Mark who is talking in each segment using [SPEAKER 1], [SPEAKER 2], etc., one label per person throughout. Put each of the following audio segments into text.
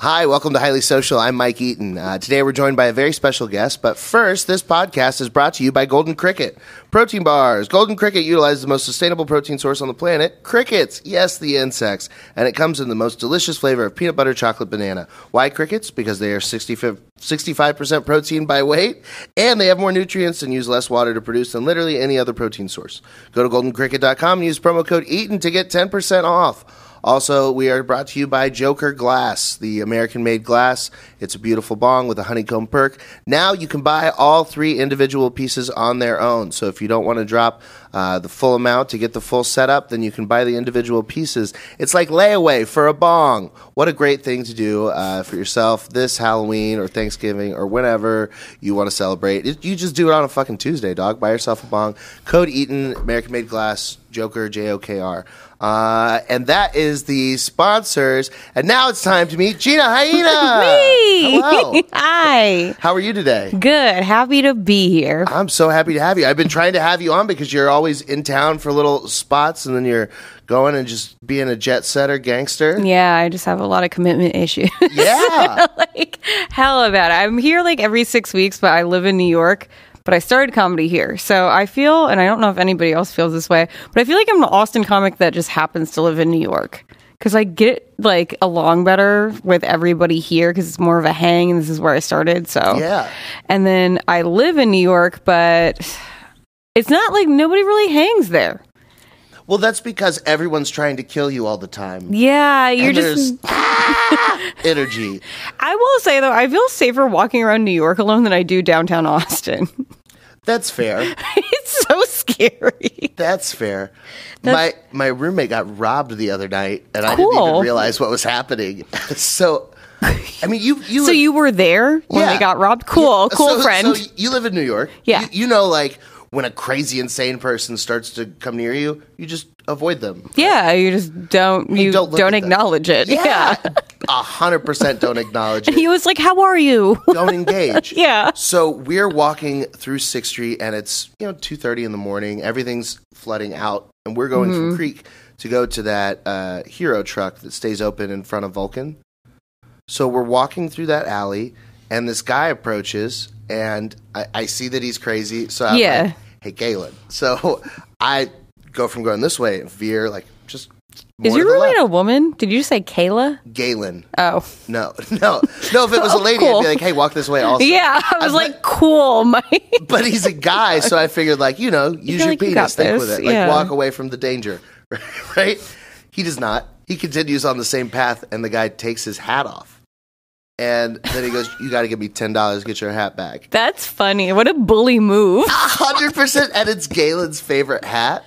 [SPEAKER 1] Hi, welcome to Highly Social. I'm Mike Eaton. Uh, today we're joined by a very special guest, but first, this podcast is brought to you by Golden Cricket. Protein bars. Golden Cricket utilizes the most sustainable protein source on the planet, crickets. Yes, the insects. And it comes in the most delicious flavor of peanut butter chocolate banana. Why crickets? Because they are 65, 65% protein by weight, and they have more nutrients and use less water to produce than literally any other protein source. Go to goldencricket.com and use promo code EATON to get 10% off. Also, we are brought to you by Joker Glass, the American made glass. It's a beautiful bong with a honeycomb perk. Now you can buy all three individual pieces on their own. So if you don't want to drop uh, the full amount to get the full setup, then you can buy the individual pieces. It's like layaway for a bong. What a great thing to do uh, for yourself this Halloween or Thanksgiving or whenever you want to celebrate. It, you just do it on a fucking Tuesday, dog. Buy yourself a bong. Code Eaton, American made glass, Joker, J O K R. Uh, and that is the sponsors. And now it's time to meet Gina Hyena. Hello.
[SPEAKER 2] Hi.
[SPEAKER 1] How are you today?
[SPEAKER 2] Good. Happy to be here.
[SPEAKER 1] I'm so happy to have you. I've been trying to have you on because you're always in town for little spots and then you're going and just being a jet setter gangster.
[SPEAKER 2] Yeah, I just have a lot of commitment issues.
[SPEAKER 1] Yeah.
[SPEAKER 2] like hell about it. I'm here like every six weeks, but I live in New York. But I started comedy here. So I feel, and I don't know if anybody else feels this way, but I feel like I'm an Austin comic that just happens to live in New York. Because I get like along better with everybody here because it's more of a hang and this is where I started. So
[SPEAKER 1] Yeah.
[SPEAKER 2] And then I live in New York, but it's not like nobody really hangs there.
[SPEAKER 1] Well, that's because everyone's trying to kill you all the time.
[SPEAKER 2] Yeah, you're
[SPEAKER 1] And
[SPEAKER 2] just.
[SPEAKER 1] there's energy.
[SPEAKER 2] I will say though, I feel safer walking around New York alone than I do downtown Austin.
[SPEAKER 1] That's fair.
[SPEAKER 2] it's so scary.
[SPEAKER 1] That's fair. my my roommate got robbed the other night, and I didn't even
[SPEAKER 2] Cool.
[SPEAKER 1] realize what was happening. so, I mean, you you
[SPEAKER 2] So you were there when
[SPEAKER 1] Yeah.
[SPEAKER 2] they got robbed. Cool,
[SPEAKER 1] Yeah,
[SPEAKER 2] cool
[SPEAKER 1] so-
[SPEAKER 2] friend.
[SPEAKER 1] So you live in New York.
[SPEAKER 2] Yeah.
[SPEAKER 1] You, you know, like when a crazy, insane person starts to come near you, you just avoid them.
[SPEAKER 2] yeah, you just don't you,
[SPEAKER 1] don't
[SPEAKER 2] don't,
[SPEAKER 1] look at them.
[SPEAKER 2] acknowledge it. Yeah.
[SPEAKER 1] A hundred percent don't acknowledge it.
[SPEAKER 2] he was like, "How are you?"
[SPEAKER 1] don't engage.
[SPEAKER 2] Yeah.
[SPEAKER 1] So we're walking through Sixth Street, and it's you know two thirty in the morning. Everything's flooding out, and we're going
[SPEAKER 2] Mm-hmm.
[SPEAKER 1] from Creek to go to that uh, hero truck that stays open in front of Vulcan. So we're walking through that alley, and this guy approaches, and I, I see that he's crazy. So I'm
[SPEAKER 2] Yeah.
[SPEAKER 1] like, "Hey, Galen." So I go from going this way, veer like just.
[SPEAKER 2] Is
[SPEAKER 1] more to
[SPEAKER 2] your
[SPEAKER 1] the
[SPEAKER 2] roommate
[SPEAKER 1] left.
[SPEAKER 2] a woman? Did you say Kayla?
[SPEAKER 1] Galen?
[SPEAKER 2] Oh,
[SPEAKER 1] No, no, no. If it was a
[SPEAKER 2] Oh,
[SPEAKER 1] lady, I'd
[SPEAKER 2] cool.
[SPEAKER 1] be like, "Hey, walk this way." Also,
[SPEAKER 2] yeah. I was
[SPEAKER 1] I've
[SPEAKER 2] like, "Cool, Mike."
[SPEAKER 1] but he's a guy, so I figured like you know, use your
[SPEAKER 2] like, you got
[SPEAKER 1] penis, think with
[SPEAKER 2] this,
[SPEAKER 1] it, like
[SPEAKER 2] yeah.
[SPEAKER 1] walk away from the danger, right? He does not. He continues on the same path, and the guy takes his hat off, and then he goes, "You got to give me ten dollars, get your hat back."
[SPEAKER 2] That's funny. What a bully move.
[SPEAKER 1] Hundred percent, and it's Galen's favorite hat.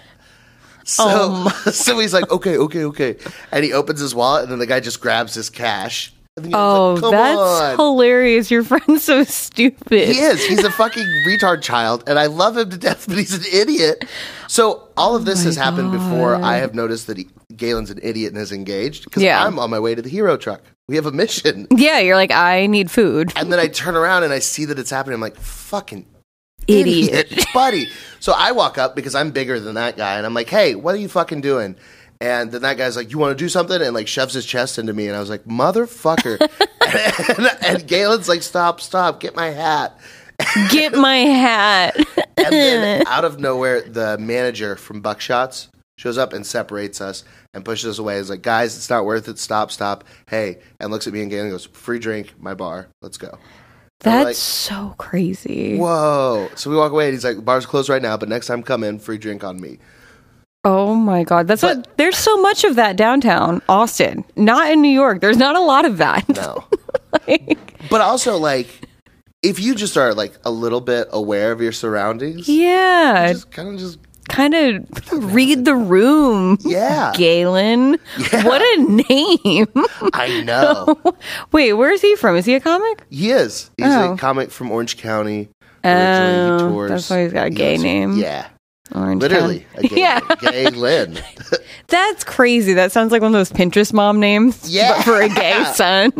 [SPEAKER 1] So,
[SPEAKER 2] Oh
[SPEAKER 1] so he's like, "Okay, okay, okay," and he opens his wallet, and then the guy just grabs his cash. And the guy's
[SPEAKER 2] Oh,
[SPEAKER 1] like, "Come
[SPEAKER 2] that's
[SPEAKER 1] on."
[SPEAKER 2] hilarious. Your friend's so stupid.
[SPEAKER 1] He is. He's a fucking retard child, and I love him to death, but he's an idiot. So all of this has happened before. I have noticed that he, Galen's an idiot and is engaged because
[SPEAKER 2] Yeah.
[SPEAKER 1] I'm on my way to the hero truck. We have a mission,
[SPEAKER 2] Yeah, you're like, I need food.
[SPEAKER 1] and then I turn around and I see that it's happening. I'm like, fucking
[SPEAKER 2] Idiot.
[SPEAKER 1] buddy. So I walk up because I'm bigger than that guy, and I'm like, hey, what are you fucking doing? And then that guy's like, you want to do something? And like shoves his chest into me, and I was like, motherfucker. and, and Galen's like, stop, stop, get my hat.
[SPEAKER 2] Get my hat.
[SPEAKER 1] And then out of nowhere, the manager from Buckshots shows up and separates us and pushes us away. He's like, guys, it's not worth it. Stop, stop. Hey. And looks at me and Galen and goes, free drink, my bar. Let's go.
[SPEAKER 2] That's
[SPEAKER 1] like-
[SPEAKER 2] so crazy.
[SPEAKER 1] Whoa. So we walk away and he's like, bar's closed right now, but next time come in, free drink on me.
[SPEAKER 2] Oh my God. That's what there's so much of that downtown Austin, not in New York. There's not a lot of that.
[SPEAKER 1] No.
[SPEAKER 2] Like,
[SPEAKER 1] but also, like, if you just are like a little bit aware of your surroundings,
[SPEAKER 2] yeah.
[SPEAKER 1] just kind of just,
[SPEAKER 2] Kind of read the room.
[SPEAKER 1] Yeah.
[SPEAKER 2] Galen. What a name.
[SPEAKER 1] I know.
[SPEAKER 2] Wait, where is he from? Is he a comic?
[SPEAKER 1] He is. He's
[SPEAKER 2] Oh.
[SPEAKER 1] a comic from Orange County.
[SPEAKER 2] Oh, that's why he's got a
[SPEAKER 1] He
[SPEAKER 2] gay
[SPEAKER 1] goes-
[SPEAKER 2] name.
[SPEAKER 1] Yeah.
[SPEAKER 2] Orange
[SPEAKER 1] Literally, a
[SPEAKER 2] County.
[SPEAKER 1] gay,
[SPEAKER 2] yeah.
[SPEAKER 1] gay Lynn.
[SPEAKER 2] That's crazy. That sounds like one of those Pinterest mom names.
[SPEAKER 1] Yeah.
[SPEAKER 2] But for a gay son.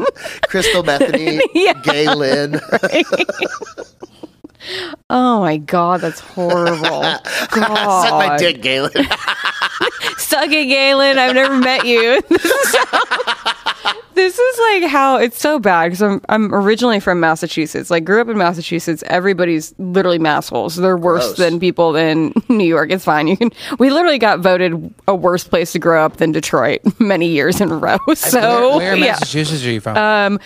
[SPEAKER 1] Crystal Bethany,
[SPEAKER 2] Yeah.
[SPEAKER 1] gay Lynn.
[SPEAKER 2] oh my God, that's horrible. God.
[SPEAKER 1] Suck my dick, Galen.
[SPEAKER 2] suck it, Galen. I've never met you. This is, so- this is like how it's so bad because I'm I'm originally from Massachusetts. Like grew up in Massachusetts. Everybody's literally massholes. They're worse
[SPEAKER 1] Gross.
[SPEAKER 2] than people in New York. It's fine. You can. We literally got voted a worse place to grow up than Detroit many years in a row. So
[SPEAKER 3] Where in
[SPEAKER 2] yeah.
[SPEAKER 3] Massachusetts are you from?
[SPEAKER 2] Um,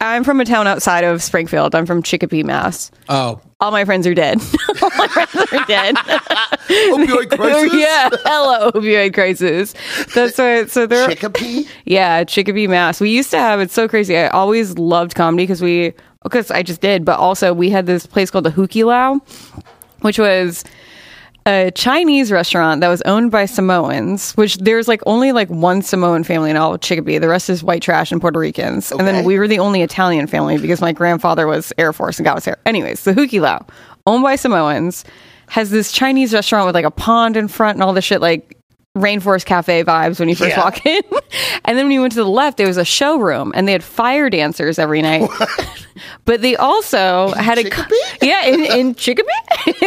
[SPEAKER 2] I'm from a town outside of Springfield. I'm from Chicopee, Mass.
[SPEAKER 3] oh,
[SPEAKER 2] All my friends are dead. All my friends are dead.
[SPEAKER 1] Opioid crisis?
[SPEAKER 2] yeah, hello opioid crisis. That's right. So there,
[SPEAKER 1] Chicopee?
[SPEAKER 2] yeah, Chicopee, Mass. We used to have it's so crazy. I always loved comedy because we because I just did, but also we had this place called the Huki Lao, which was a Chinese restaurant that was owned by Samoans. Which there's like only like one Samoan family in all of Chicopee. The rest is white trash and Puerto Ricans. And
[SPEAKER 1] Okay.
[SPEAKER 2] then we were the only Italian family because my grandfather was Air Force and got us here. Anyways, the Huki Lao, owned by Samoans, has this Chinese restaurant with like a pond in front and all this shit like rainforest cafe vibes when you first
[SPEAKER 1] Yeah.
[SPEAKER 2] walk in. and then when you went to the left, there was a showroom and they had fire dancers every night. but they also had a co-
[SPEAKER 1] Chicopee?
[SPEAKER 2] yeah in, in Chicopee,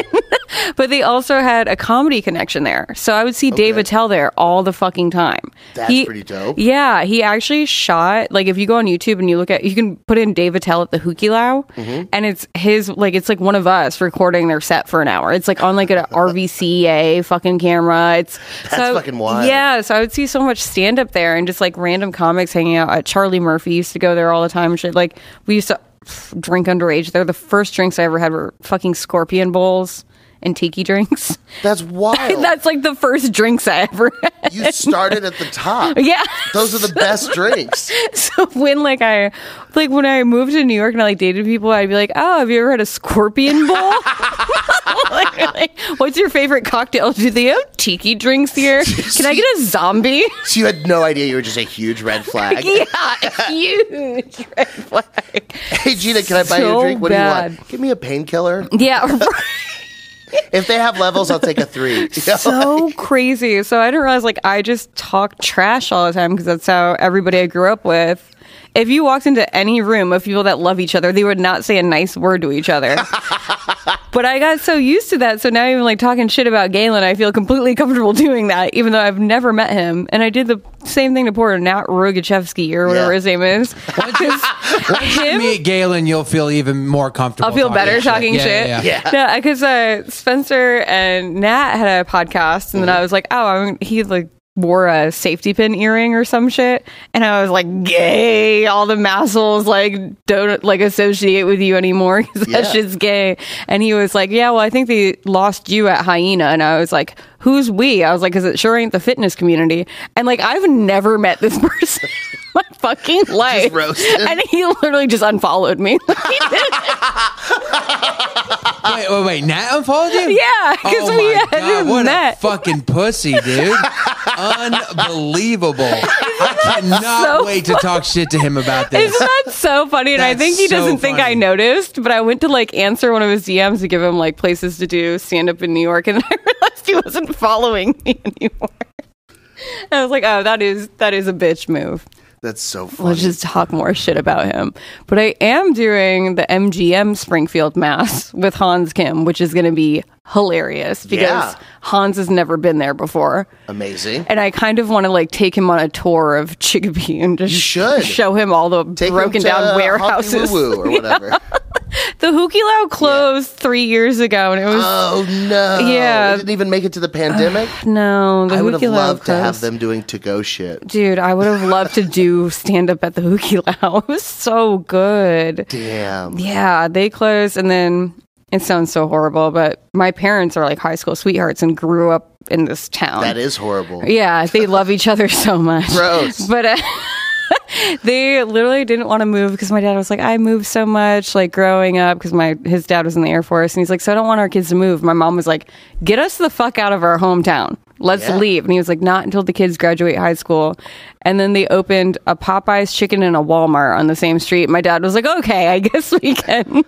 [SPEAKER 2] but they also had a comedy connection there. So I would see Dave Attell there all the fucking time.
[SPEAKER 1] That's pretty dope.
[SPEAKER 2] Yeah, he actually shot like if you go on YouTube and you look at you can put in Dave Attell at the Hookie Lao,
[SPEAKER 1] Mm-hmm.
[SPEAKER 2] and it's his like it's like one of us recording their set for an hour. It's like on like an RVCA fucking camera. It's
[SPEAKER 1] That's fucking wild.
[SPEAKER 2] Yeah, so I would see so much stand up there and just like random comics hanging out. Uh, Charlie Murphy used to go there all the time and shit. Like we used to pff, drink underage there. The first drinks I ever had were fucking scorpion bowls and tiki drinks.
[SPEAKER 1] That's wild.
[SPEAKER 2] That's like the first drinks I ever had.
[SPEAKER 1] you started at the top.
[SPEAKER 2] Yeah.
[SPEAKER 1] Those are the best drinks.
[SPEAKER 2] So when like I like when I moved to New York and I like dated people, I'd be like, "Oh, have you ever had a scorpion bowl?" like, like, what's your favorite cocktail? Do they have tiki drinks here? Can I get a zombie?
[SPEAKER 1] So you had no idea you were just a huge red flag.
[SPEAKER 2] yeah, huge red flag.
[SPEAKER 1] Hey Gina, can I buy you
[SPEAKER 2] So
[SPEAKER 1] a drink? What do you
[SPEAKER 2] bad.
[SPEAKER 1] want? Give me a painkiller.
[SPEAKER 2] Yeah, right.
[SPEAKER 1] If they have levels, I'll take a three. You know?
[SPEAKER 2] so crazy. So I didn't realize like I just talk trash all the time because that's how everybody I grew up with. If you walked into any room of people that love each other, they would not say a nice word to each other. but I got so used to that, so now even like talking shit about Galen, I feel completely comfortable doing that, even though I've never met him. And I did the same thing to poor Nat Rogachevsky or whatever
[SPEAKER 1] Yeah.
[SPEAKER 2] his name is.
[SPEAKER 3] you
[SPEAKER 2] Him-
[SPEAKER 3] meet Galen, you'll feel even more comfortable.
[SPEAKER 2] I'll feel better talking shit.
[SPEAKER 3] Yeah, yeah, yeah.
[SPEAKER 1] Yeah.
[SPEAKER 2] No, because uh, Spencer and Nat had a podcast, and then I was like, oh, I'm, he like wore a safety pin earring or some shit, and I was like, gay. All the muscles like don't like associate with you anymore because
[SPEAKER 1] Yeah.
[SPEAKER 2] that shit's gay. And he was like, yeah, well, I think they lost you at Hyena, and I was like. Who's we? I was like, because it sure ain't the fitness community. And like, I've never met this person in my fucking life.
[SPEAKER 1] roasted.
[SPEAKER 2] And he literally just unfollowed me. He didn't
[SPEAKER 3] Wait, wait, wait. Nat unfollowed you?
[SPEAKER 2] Yeah, 'cause
[SPEAKER 3] oh
[SPEAKER 2] we
[SPEAKER 3] my
[SPEAKER 2] hadn't
[SPEAKER 3] God, what
[SPEAKER 2] met.
[SPEAKER 3] a fucking pussy, dude. Unbelievable. I cannot
[SPEAKER 2] so
[SPEAKER 3] wait to talk shit to him about this.
[SPEAKER 2] Isn't that so funny? And I
[SPEAKER 3] That's
[SPEAKER 2] think he
[SPEAKER 3] so
[SPEAKER 2] doesn't think
[SPEAKER 3] funny.
[SPEAKER 2] I noticed, but I went to like answer one of his DMs to give him like places to do stand up in New York, and then I realized he wasn't following me anymore. I was like, oh, that is that is a bitch move.
[SPEAKER 1] That's so funny.
[SPEAKER 2] Let's just talk more shit about him. But I am doing the MGM Springfield Mass with Hans Kim, which is going to be hilarious because
[SPEAKER 1] Yeah.
[SPEAKER 2] Hans has never been there before.
[SPEAKER 1] Amazing.
[SPEAKER 2] And I kind of want to like take him on a tour of Chicopee and just
[SPEAKER 1] You should.
[SPEAKER 2] show him all the
[SPEAKER 1] Take 'em
[SPEAKER 2] broken
[SPEAKER 1] to
[SPEAKER 2] down
[SPEAKER 1] Hoppy
[SPEAKER 2] warehouses.
[SPEAKER 1] Woo Woo or whatever.
[SPEAKER 2] The Hookie Lao closed three years ago, and it was
[SPEAKER 1] Oh no!
[SPEAKER 2] Yeah.
[SPEAKER 1] we didn't even make it to the pandemic.
[SPEAKER 2] no. The
[SPEAKER 1] I would have
[SPEAKER 2] Hookie Lao
[SPEAKER 1] loved to have
[SPEAKER 2] closed.
[SPEAKER 1] them doing to go shit.
[SPEAKER 2] Dude, I would have loved to do stand up at the Hookie Lao. It was so good.
[SPEAKER 1] Damn.
[SPEAKER 2] Yeah, they closed, and then it sounds so horrible, but my parents are like high school sweethearts and grew up in this town.
[SPEAKER 1] That is horrible.
[SPEAKER 2] Yeah, they love each other so much.
[SPEAKER 1] Gross.
[SPEAKER 2] But uh, they literally didn't want to move because my dad was like, I moved so much, like growing up, because my his dad was in the Air Force, and he's like, so I don't want our kids to move. My mom was like, get us the fuck out of our hometown. Let's
[SPEAKER 1] Yeah.
[SPEAKER 2] leave. And he was like, not until the kids graduate high school. And then they opened a Popeyes chicken and a Walmart on the same street. My dad was like, okay, I guess we can.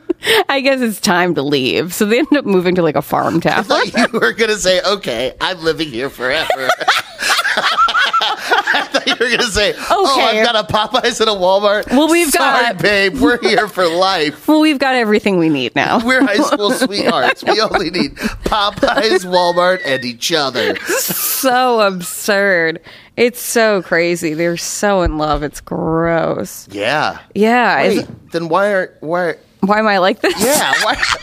[SPEAKER 2] I guess it's time to leave. So they ended up moving to like a farm town.
[SPEAKER 1] I thought you were gonna say, "Okay, I'm living here forever." I thought you you were gonna say, "Oh,
[SPEAKER 2] Okay.
[SPEAKER 1] I've got a Popeyes and a Walmart."
[SPEAKER 2] Well, we've
[SPEAKER 1] Sorry,
[SPEAKER 2] got-
[SPEAKER 1] babe, we're here for life.
[SPEAKER 2] Well, we've got everything we need now.
[SPEAKER 1] We're high school sweethearts. We only need Popeyes, Walmart, and each other.
[SPEAKER 2] so absurd. It's so crazy. They're so in love. It's gross.
[SPEAKER 1] Yeah.
[SPEAKER 2] Yeah.
[SPEAKER 1] Wait,
[SPEAKER 2] it's-
[SPEAKER 1] then why aren't why?
[SPEAKER 2] why am I like this?
[SPEAKER 1] Yeah, why?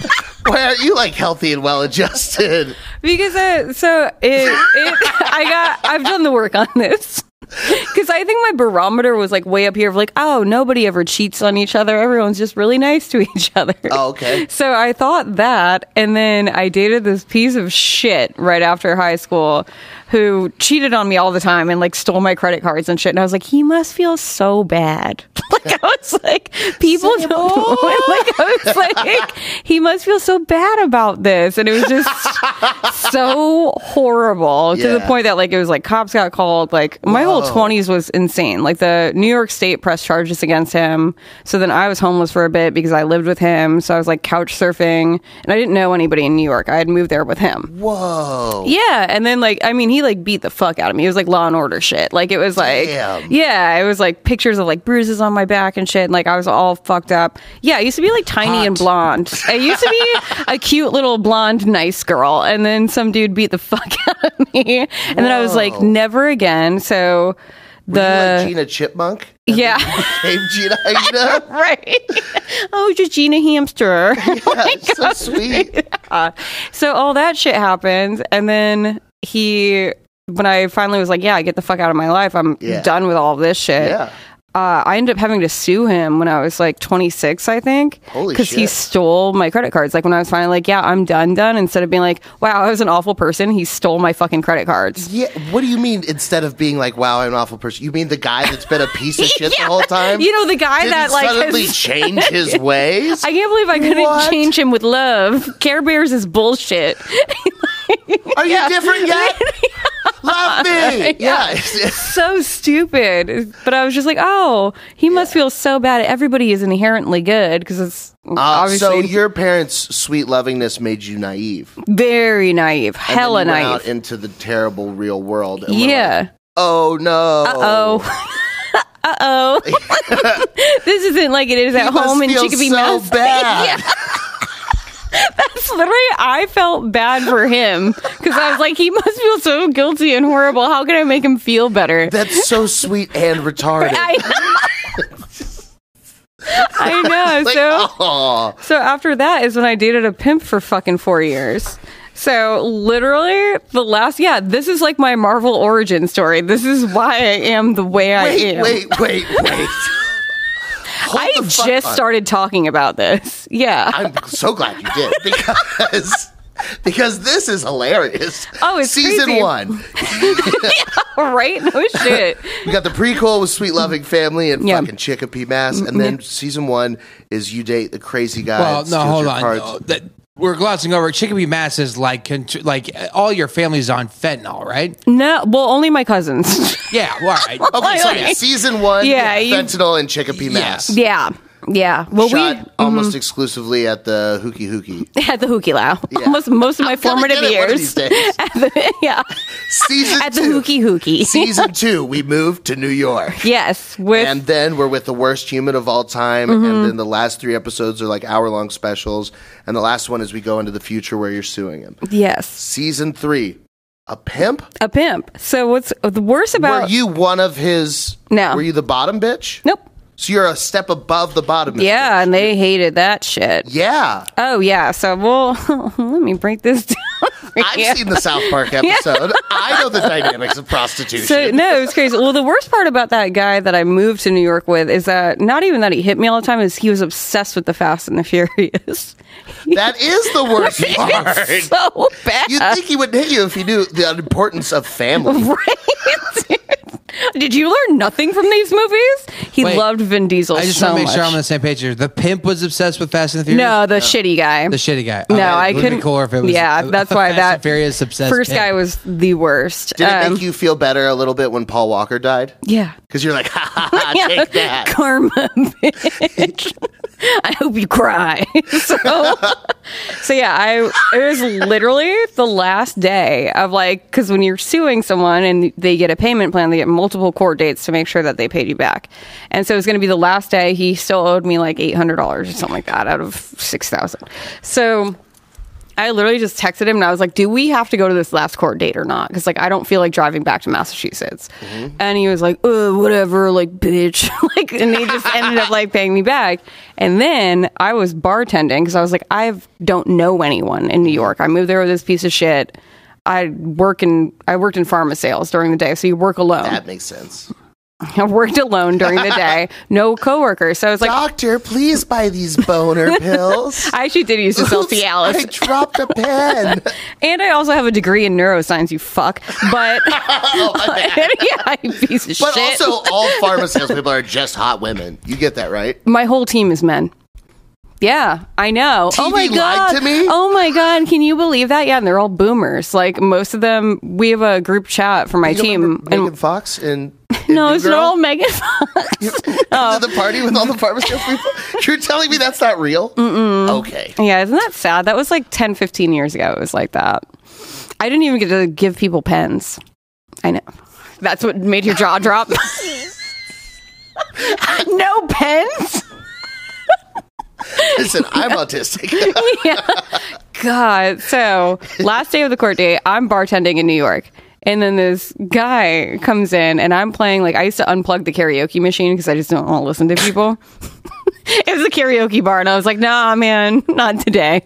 [SPEAKER 1] Why aren't you like healthy and well adjusted?
[SPEAKER 2] Because uh, so it, it I got I've done the work on this. Because I think my barometer was like way up here of like, oh, nobody ever cheats on each other. Everyone's just really nice to each other.
[SPEAKER 1] Oh, okay.
[SPEAKER 2] So I thought that, and then I dated this piece of shit right after high school who cheated on me all the time and like stole my credit cards and shit. And I was like, he must feel so bad. like I was like, people don't. like I was like, he must feel so bad about this, and it was just so horrible to the
[SPEAKER 1] Yeah.
[SPEAKER 2] point that like it was like cops got called. Like my whole
[SPEAKER 1] Whoa.
[SPEAKER 2] twenties was insane. Like the New York State pressed charges against him. So then I was homeless for a bit because I lived with him. So I was like couch surfing, and I didn't know anybody in New York. I had moved there with him.
[SPEAKER 1] Whoa.
[SPEAKER 2] Yeah, and then like I mean, he like beat the fuck out of me. It was like Law and Order shit. Like it was like
[SPEAKER 1] Damn.
[SPEAKER 2] yeah, it was like pictures of like bruises on my back and shit. And like I was all fucked up. Yeah, I used to be like tiny and blonde. I used to be a cute little blonde nice girl, and then some dude beat the fuck out of me, and then I was like
[SPEAKER 1] Whoa.
[SPEAKER 2] never again. So the
[SPEAKER 1] You like Gina Chipmunk? And
[SPEAKER 2] Yeah.
[SPEAKER 1] then you became Gina Aida?
[SPEAKER 2] right. oh, just Gina Hamster.
[SPEAKER 1] That's so sweet.
[SPEAKER 2] So all that shit happened, and then he, when I finally was like, "Yeah, get the fuck out of my life. I'm
[SPEAKER 1] Yeah.
[SPEAKER 2] done with all this shit."
[SPEAKER 1] Yeah.
[SPEAKER 2] Uh, I ended up having to sue him when I was like 26, I think,
[SPEAKER 1] Holy
[SPEAKER 2] he
[SPEAKER 1] shit.
[SPEAKER 2] stole my credit cards. Like when I was finally like, "Yeah, I'm done, done." Instead of being like, "Wow, I was an awful person," he stole my fucking credit cards.
[SPEAKER 1] Yeah. What do you mean instead of being like, wow, I'm an awful person? You mean the guy that's been a piece of shit the whole time?
[SPEAKER 2] You know the guy
[SPEAKER 1] Didn't
[SPEAKER 2] that like
[SPEAKER 1] suddenly
[SPEAKER 2] has-
[SPEAKER 1] change his ways?
[SPEAKER 2] I can't believe I couldn't
[SPEAKER 1] What?
[SPEAKER 2] change him with love. Care Bears is bullshit.
[SPEAKER 1] Are you different yet? Love me. Yeah.
[SPEAKER 2] so stupid. But I was just like, oh, he must feel so bad. Everybody is inherently good because it's
[SPEAKER 1] Uh, so
[SPEAKER 2] obviously
[SPEAKER 1] your parents' sweet lovingness made you naive. And
[SPEAKER 2] very naive,
[SPEAKER 1] then
[SPEAKER 2] hella
[SPEAKER 1] you went out
[SPEAKER 2] naive.
[SPEAKER 1] into the terrible real world. and were like,
[SPEAKER 2] yeah.
[SPEAKER 1] oh no.
[SPEAKER 2] Oh. Uh oh. this isn't like it is at
[SPEAKER 1] You must
[SPEAKER 2] home in
[SPEAKER 1] feel
[SPEAKER 2] Chicopee,
[SPEAKER 1] so
[SPEAKER 2] Mass.
[SPEAKER 1] bad.
[SPEAKER 2] That's literally, I felt bad for him because I was like, he must feel so guilty and horrible. How can I make him feel better?
[SPEAKER 1] That's so sweet and retarded.
[SPEAKER 2] I know. I know.
[SPEAKER 1] Like, oh,
[SPEAKER 2] so
[SPEAKER 1] aw.
[SPEAKER 2] So after that is when I dated a pimp for fucking four years. So literally the last yeah, this is like my Marvel origin story. This is why I am the way I
[SPEAKER 1] wait,
[SPEAKER 2] am.
[SPEAKER 1] wait, wait, wait. Hold
[SPEAKER 2] I
[SPEAKER 1] the fuck
[SPEAKER 2] just
[SPEAKER 1] on.
[SPEAKER 2] started talking about this. Yeah.
[SPEAKER 1] I'm so glad you did because because this is hilarious.
[SPEAKER 2] Oh, it's
[SPEAKER 1] season
[SPEAKER 2] crazy.
[SPEAKER 1] one.
[SPEAKER 2] right? No shit.
[SPEAKER 1] We got the prequel with Sweet Loving Family and
[SPEAKER 2] Yeah. Mm-hmm.
[SPEAKER 1] fucking Chicopee Mass, and then season one is you date the crazy guy.
[SPEAKER 3] Well,
[SPEAKER 1] that
[SPEAKER 3] no,
[SPEAKER 1] steals
[SPEAKER 3] hold
[SPEAKER 1] your
[SPEAKER 3] on.
[SPEAKER 1] cards.
[SPEAKER 3] No, that- we're glossing over. Chicopee Mass is like contr- like uh, all your family's on fentanyl, right?
[SPEAKER 2] No well only my cousins.
[SPEAKER 3] Yeah. Well, all right.
[SPEAKER 1] Okay, so yeah,
[SPEAKER 2] Like-
[SPEAKER 1] season one,
[SPEAKER 2] Yeah, you-
[SPEAKER 1] fentanyl and Chicopee Mass.
[SPEAKER 2] yeah. Yeah. Well
[SPEAKER 1] Shot
[SPEAKER 2] we mm-hmm.
[SPEAKER 1] almost exclusively at the Hookie Hookie.
[SPEAKER 2] had the hookie lao. Most most of my
[SPEAKER 1] Gotta
[SPEAKER 2] formative
[SPEAKER 1] get it one of
[SPEAKER 2] years.
[SPEAKER 1] these days.
[SPEAKER 2] yeah.
[SPEAKER 1] Season
[SPEAKER 2] At the
[SPEAKER 1] two.
[SPEAKER 2] hookie hookie.
[SPEAKER 1] Season two, we moved to New York.
[SPEAKER 2] yes. With
[SPEAKER 1] and then we're with the worst human of all time
[SPEAKER 2] Mm-hmm.
[SPEAKER 1] and then the last three episodes are like hour long specials and the last one is we go into the future where you're suing him
[SPEAKER 2] yes.
[SPEAKER 1] season three a pimp
[SPEAKER 2] A pimp. So what's the worst about
[SPEAKER 1] were you one of his
[SPEAKER 2] Oh. No.
[SPEAKER 1] were you the bottom bitch
[SPEAKER 2] Nope.
[SPEAKER 1] so you're a step above the bottom bitch.
[SPEAKER 2] Yeah, and they hated that shit.
[SPEAKER 1] yeah
[SPEAKER 2] Oh yeah, so well, let me break this down. for
[SPEAKER 1] i've
[SPEAKER 2] you.
[SPEAKER 1] seen the south park episode i know the dynamics of prostitution
[SPEAKER 2] So no, it was crazy. Well, the worst part about that guy that I moved to New York with is that not even that he hit me all the time is he was obsessed with the Fast and the Furious.
[SPEAKER 1] that is the worst part
[SPEAKER 2] so bad.
[SPEAKER 1] you'd think he would hit you if he knew the importance of family
[SPEAKER 2] Right? Did you learn nothing from these movies? He
[SPEAKER 3] Wait,
[SPEAKER 2] loved Vin Diesel
[SPEAKER 3] I just
[SPEAKER 2] so
[SPEAKER 3] want to make
[SPEAKER 2] much.
[SPEAKER 3] sure I'm on the same page here. The pimp was obsessed with Fast and the Furious.
[SPEAKER 2] no, the shitty guy.
[SPEAKER 3] the shitty guy.
[SPEAKER 2] no, I
[SPEAKER 3] it would've been
[SPEAKER 2] couldn't.
[SPEAKER 3] cooler if it was
[SPEAKER 2] yeah,
[SPEAKER 3] a-
[SPEAKER 2] that's
[SPEAKER 3] a
[SPEAKER 2] why
[SPEAKER 3] Fast
[SPEAKER 2] that
[SPEAKER 3] and Furious obsessed.
[SPEAKER 2] first
[SPEAKER 3] pimp.
[SPEAKER 2] guy was the worst.
[SPEAKER 1] did it
[SPEAKER 2] Um,
[SPEAKER 1] make you feel better a little bit when paul walker died
[SPEAKER 2] yeah.
[SPEAKER 1] Because you're like, ha ha ha, take that.
[SPEAKER 2] Karma, bitch. I hope you cry. so, so yeah, I it was literally the last day of like because when you're suing someone and they get a payment plan, they get multiple court dates to make sure that they paid you back. And so it was going to be the last day. He still owed me like eight hundred dollars or something like that out of six thousand. So. I literally just texted him and I was like, "Do we have to go to this last court date or not?" Because like I don't feel like driving back to Massachusetts.
[SPEAKER 1] Mm-hmm.
[SPEAKER 2] And he was like, "Uh, whatever, like bitch." like, and he just ended up like paying me back. And then I was bartending because I was like, I don't know anyone in New York. I moved there with this piece of shit. I work in I worked in pharma sales during the day, so you work alone.
[SPEAKER 1] That makes sense.
[SPEAKER 2] I worked alone during the day, no coworkers. So I was like,
[SPEAKER 1] Doctor, please buy these boner pills.
[SPEAKER 2] I actually did use to sell
[SPEAKER 1] Oops,
[SPEAKER 2] Cialis.
[SPEAKER 1] I dropped a pen.
[SPEAKER 2] And I also have a degree in neuroscience, you fuck. But yeah, you piece of
[SPEAKER 1] Oh, But
[SPEAKER 2] shit.
[SPEAKER 1] also, all pharma salespeople are just hot women. You get that right?
[SPEAKER 2] my whole team is men. Yeah, I know. oh
[SPEAKER 1] TV
[SPEAKER 2] my
[SPEAKER 1] lied
[SPEAKER 2] god.
[SPEAKER 1] to me?
[SPEAKER 2] Oh my god, can you believe that? Yeah, and they're all boomers. Like most of them, we have a group chat for my
[SPEAKER 1] You don't
[SPEAKER 2] team.
[SPEAKER 1] remember
[SPEAKER 2] And
[SPEAKER 1] Megan Fox and
[SPEAKER 2] no, it's not all Megan. Oh.
[SPEAKER 1] to the party with all the pharma salespeople. You're telling me that's not real? Mm-mm. Okay.
[SPEAKER 2] yeah, isn't that sad? That was like 10, 15 years ago. It was like that. I didn't even get to give people pens. I know. That's what made your jaw drop. no pens.
[SPEAKER 1] Listen, I'm autistic.
[SPEAKER 2] God. So last day of the court date, I'm bartending in New York. And then this guy comes in and I'm playing like I used to unplug the karaoke machine because I just don't want to listen to people. it was a karaoke bar and I was like, nah man, not today.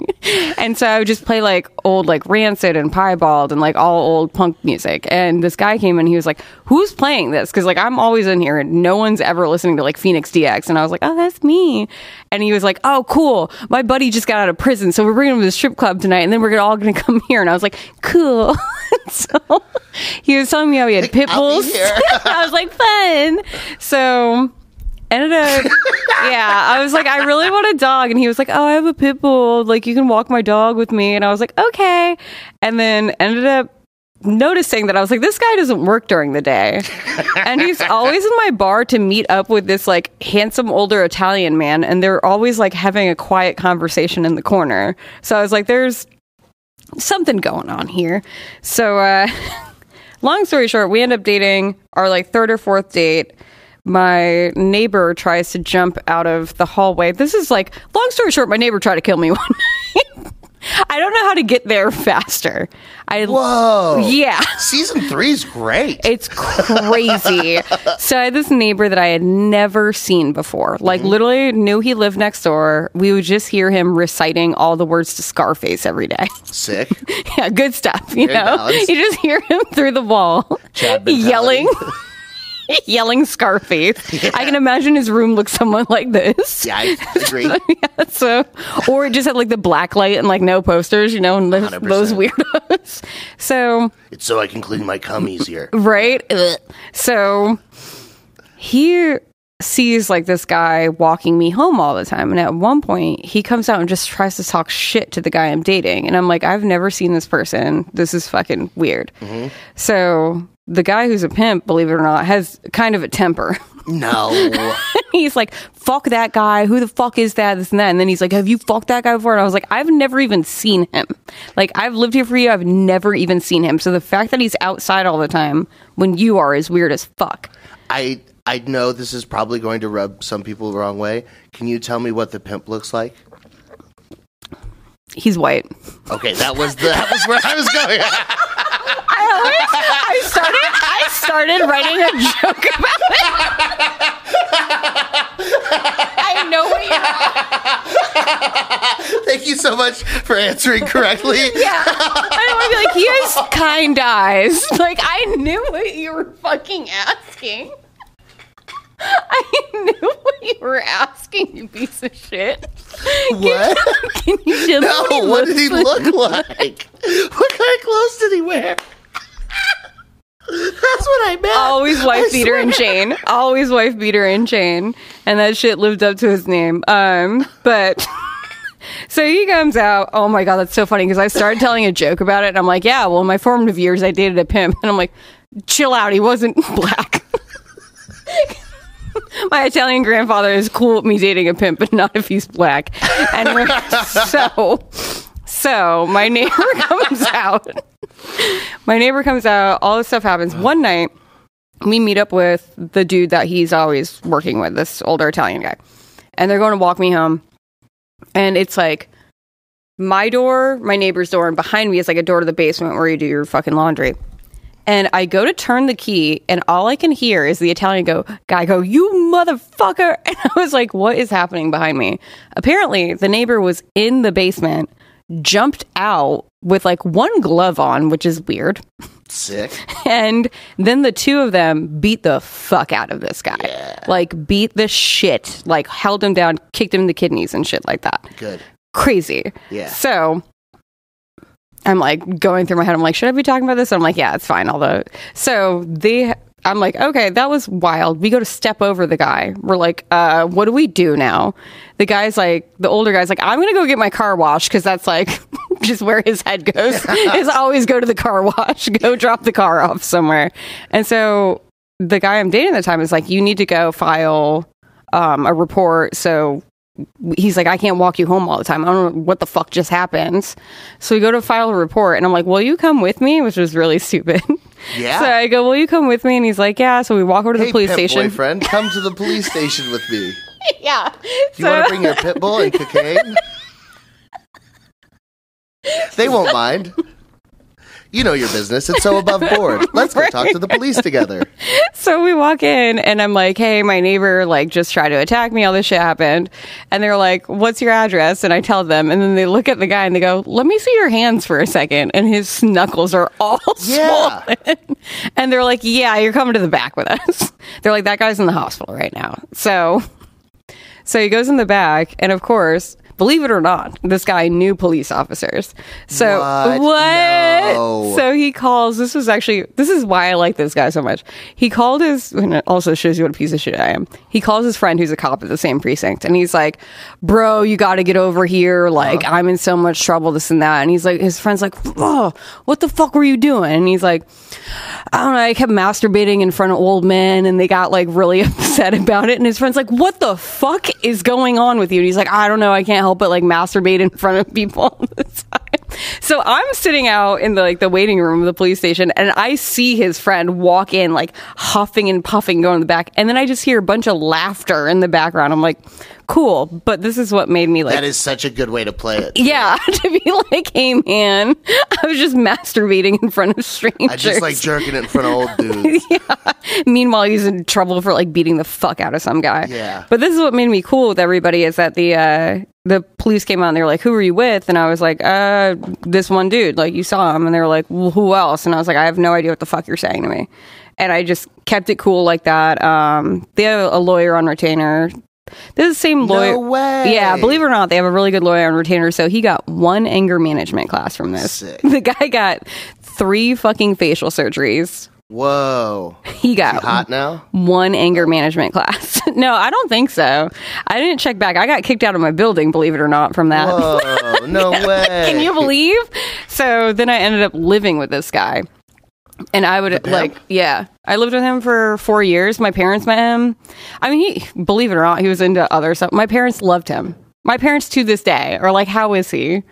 [SPEAKER 2] And so I would just play like old like rancid and piebald and like all old punk music. And this guy came in, he was like, Who's playing this? Because like I'm always in here and no one's ever listening to like Phoenix DX. And I was like, Oh, that's me. And he was like, Oh, cool. My buddy just got out of prison. So we're bringing him to the strip club tonight and then we're all going to come here. And I was like, Cool. so he was telling me how he had pit
[SPEAKER 1] I'll be
[SPEAKER 2] bulls.
[SPEAKER 1] here.
[SPEAKER 2] I was like, Fun. So ended up yeah i was like i really want a dog and he was like oh i have a pit bull like you can walk my dog with me and i was like okay and then ended up noticing that i was like this guy doesn't work during the day and he's always in my bar to meet up with this like handsome older italian man and they're always like having a quiet conversation in the corner so i was like there's something going on here so uh long story short, we end up dating our like third or fourth date. My neighbor tries to jump out of the hallway. This is like long story short, my neighbor tried to kill me one night. I don't know how to get there faster. I
[SPEAKER 1] Whoa.
[SPEAKER 2] yeah.
[SPEAKER 1] Season three's great.
[SPEAKER 2] It's crazy. so I had this neighbor that I had never seen before. Like
[SPEAKER 1] Mm-hmm.
[SPEAKER 2] literally knew he lived next door. We would just hear him reciting all the words to Scarface every day.
[SPEAKER 1] Sick.
[SPEAKER 2] Yeah, good stuff. You
[SPEAKER 1] Very
[SPEAKER 2] know,
[SPEAKER 1] balanced.
[SPEAKER 2] you just hear him through the wall
[SPEAKER 1] Chad mentality.
[SPEAKER 2] yelling, yelling Scarface. I can imagine his room looks somewhat like this.
[SPEAKER 1] Yeah, I agree.
[SPEAKER 2] Yeah, so, or it just had like the black light and like no posters, you know, and those,
[SPEAKER 1] 100%.
[SPEAKER 2] those weirdos. So,
[SPEAKER 1] It's so I can clean my cum easier.
[SPEAKER 2] right? Ugh. So he sees like this guy walking me home all the time. And at one point, he comes out and just tries to talk shit to the guy I'm dating. And I'm like, I've never seen this person. This is fucking weird. So the guy who's a pimp, believe it or not, has kind of a temper.
[SPEAKER 1] No.
[SPEAKER 2] he's like, fuck that guy. Who the fuck is that? This and that. And then he's like, have you fucked that guy before? And I was like, I've never even seen him. Like, I've lived here for you. I've never even seen him. So the fact that he's outside all the time when you are is weird as fuck.
[SPEAKER 1] I I know this is probably going to rub some people the wrong way. Can you tell me what the pimp looks like?
[SPEAKER 2] He's white.
[SPEAKER 1] Okay, that was the, that was where I was going.
[SPEAKER 2] I always, I started, I started writing a joke about it. I know what you
[SPEAKER 1] Thank you so much for answering correctly.
[SPEAKER 2] Yeah. I don't want to be like, he has kind eyes. Like, I knew what you were fucking asking. I knew what you were asking, you piece of shit.
[SPEAKER 1] What?
[SPEAKER 2] Can you just
[SPEAKER 1] No, what did he look like? What kind of clothes did he wear? That's what I meant.
[SPEAKER 2] Always
[SPEAKER 1] I
[SPEAKER 2] wife beater and chain. Always wife beater and chain. And that shit lived up to his name. Um, but so he comes out. Oh my god, that's so funny because I started telling a joke about it, and I'm like, yeah, well, in my formative years, I dated a pimp, and I'm like, chill out, he wasn't black. My Italian grandfather is cool with me dating a pimp, but not if he's black. And we're- so, so my neighbor comes out. My neighbor comes out. All this stuff happens. One night, we meet up with the dude that he's always working with, this older Italian guy, and they're going to walk me home. And it's like my door, my neighbor's door, and behind me is like a door to the basement where you do your fucking laundry. And I go to turn the key, and all I can hear is the Italian go, guy go, you motherfucker. And I was like, what is happening behind me? Apparently, the neighbor was in the basement, jumped out with like one glove on, which is weird.
[SPEAKER 1] Sick.
[SPEAKER 2] And then the two of them beat the fuck out of this guy. Like, beat the shit, like, held him down, kicked him in the kidneys and shit like that
[SPEAKER 1] Good.
[SPEAKER 2] crazy.
[SPEAKER 1] Yeah.
[SPEAKER 2] So I'm like going through my head. I'm like, should I be talking about this? I'm like, yeah, it's fine. Although, so they, I'm like, okay, that was wild. We go to step over the guy. We're like, uh, what do we do now? The guy's like, the older guy's like, I'm gonna go get my car washed because that's like just where his head goes. is always go to the car wash, go drop the car off somewhere. And so the guy I'm dating at the time is like, you need to go file um, a report. So he's like, I can't walk you home all the time. I don't know what the fuck just happened. So we go to file a report, and I'm like, Will you come with me? Which was really stupid.
[SPEAKER 1] Yeah.
[SPEAKER 2] So I go, Will you come with me? And he's like, Yeah. So we walk over to
[SPEAKER 1] Hey,
[SPEAKER 2] the police
[SPEAKER 1] pimp
[SPEAKER 2] station.
[SPEAKER 1] boyfriend, come to the police station with me.
[SPEAKER 2] Yeah.
[SPEAKER 1] Do you want to bring your pit bull and cocaine? They won't mind. You know your business. It's so above board. Let's go talk to the police together.
[SPEAKER 2] so we walk in and I'm like, hey, my neighbor like just tried to attack me. All this shit happened. And they're like, what's your address? And I tell them. And then they look at the guy and they go, let me see your hands for a second. And his knuckles are all
[SPEAKER 1] Yeah.
[SPEAKER 2] swollen. And they're like, yeah, you're coming to the back with us. They're like, that guy's in the hospital right now. So, so he goes in the back. And of course, believe it or not, this guy knew police officers. So
[SPEAKER 1] What?
[SPEAKER 2] what?
[SPEAKER 1] No.
[SPEAKER 2] So he calls. This was actually this is why I like this guy so much. He called his and it also shows you what a piece of shit I am. He calls his friend who's a cop at the same precinct, and he's like, "Bro, you got to get over here. Like, I'm in so much trouble. This and that." And he's like, his friend's like, "Oh, what the fuck were you doing?" And he's like, "I don't know. I kept masturbating in front of old men, and they got like really upset about it." And his friend's like, "What the fuck is going on with you?" And he's like, "I don't know. I can't help but like masturbate in front of people." all the time." So I'm sitting out in the like the waiting room of the police station, and I see his friend walk in, like huffing and puffing, going to the back, and then I just hear a bunch of laughter in the background. I'm like, cool, but this is what made me like.
[SPEAKER 1] That is such a good way to play it.
[SPEAKER 2] yeah, to be like, hey man, I was just masturbating in front of strangers.
[SPEAKER 1] I just like jerking it in front of old dudes.
[SPEAKER 2] Meanwhile, he's in trouble for like beating the fuck out of some guy.
[SPEAKER 1] Yeah.
[SPEAKER 2] But this is what made me cool with everybody is that the uh, the police came out and they were like, "Who were you with?" And I was like, "Uh, this one dude. Like, you saw him." And they were like, well, "Who else?" And I was like, "I have no idea what the fuck you're saying to me." And I just kept it cool like that. Um, they have a lawyer on retainer. They're the same lawyer.
[SPEAKER 1] way.
[SPEAKER 2] Yeah, believe it or not, they have a really good lawyer on retainer. So he got one anger management class from this.
[SPEAKER 1] Sick.
[SPEAKER 2] The guy got three fucking facial surgeries.
[SPEAKER 1] Whoa.
[SPEAKER 2] He got
[SPEAKER 1] Hot now?
[SPEAKER 2] one anger management class. no, I don't think so. I didn't check back. I got kicked out of my building, believe it or not, from that.
[SPEAKER 1] Whoa. No way.
[SPEAKER 2] Can you believe? So then I ended up living with this guy. And I would like, yeah, I lived with him for four years. My parents met him. I mean, he, believe it or not, he was into other stuff. My parents loved him. My parents to this day are like, how is he?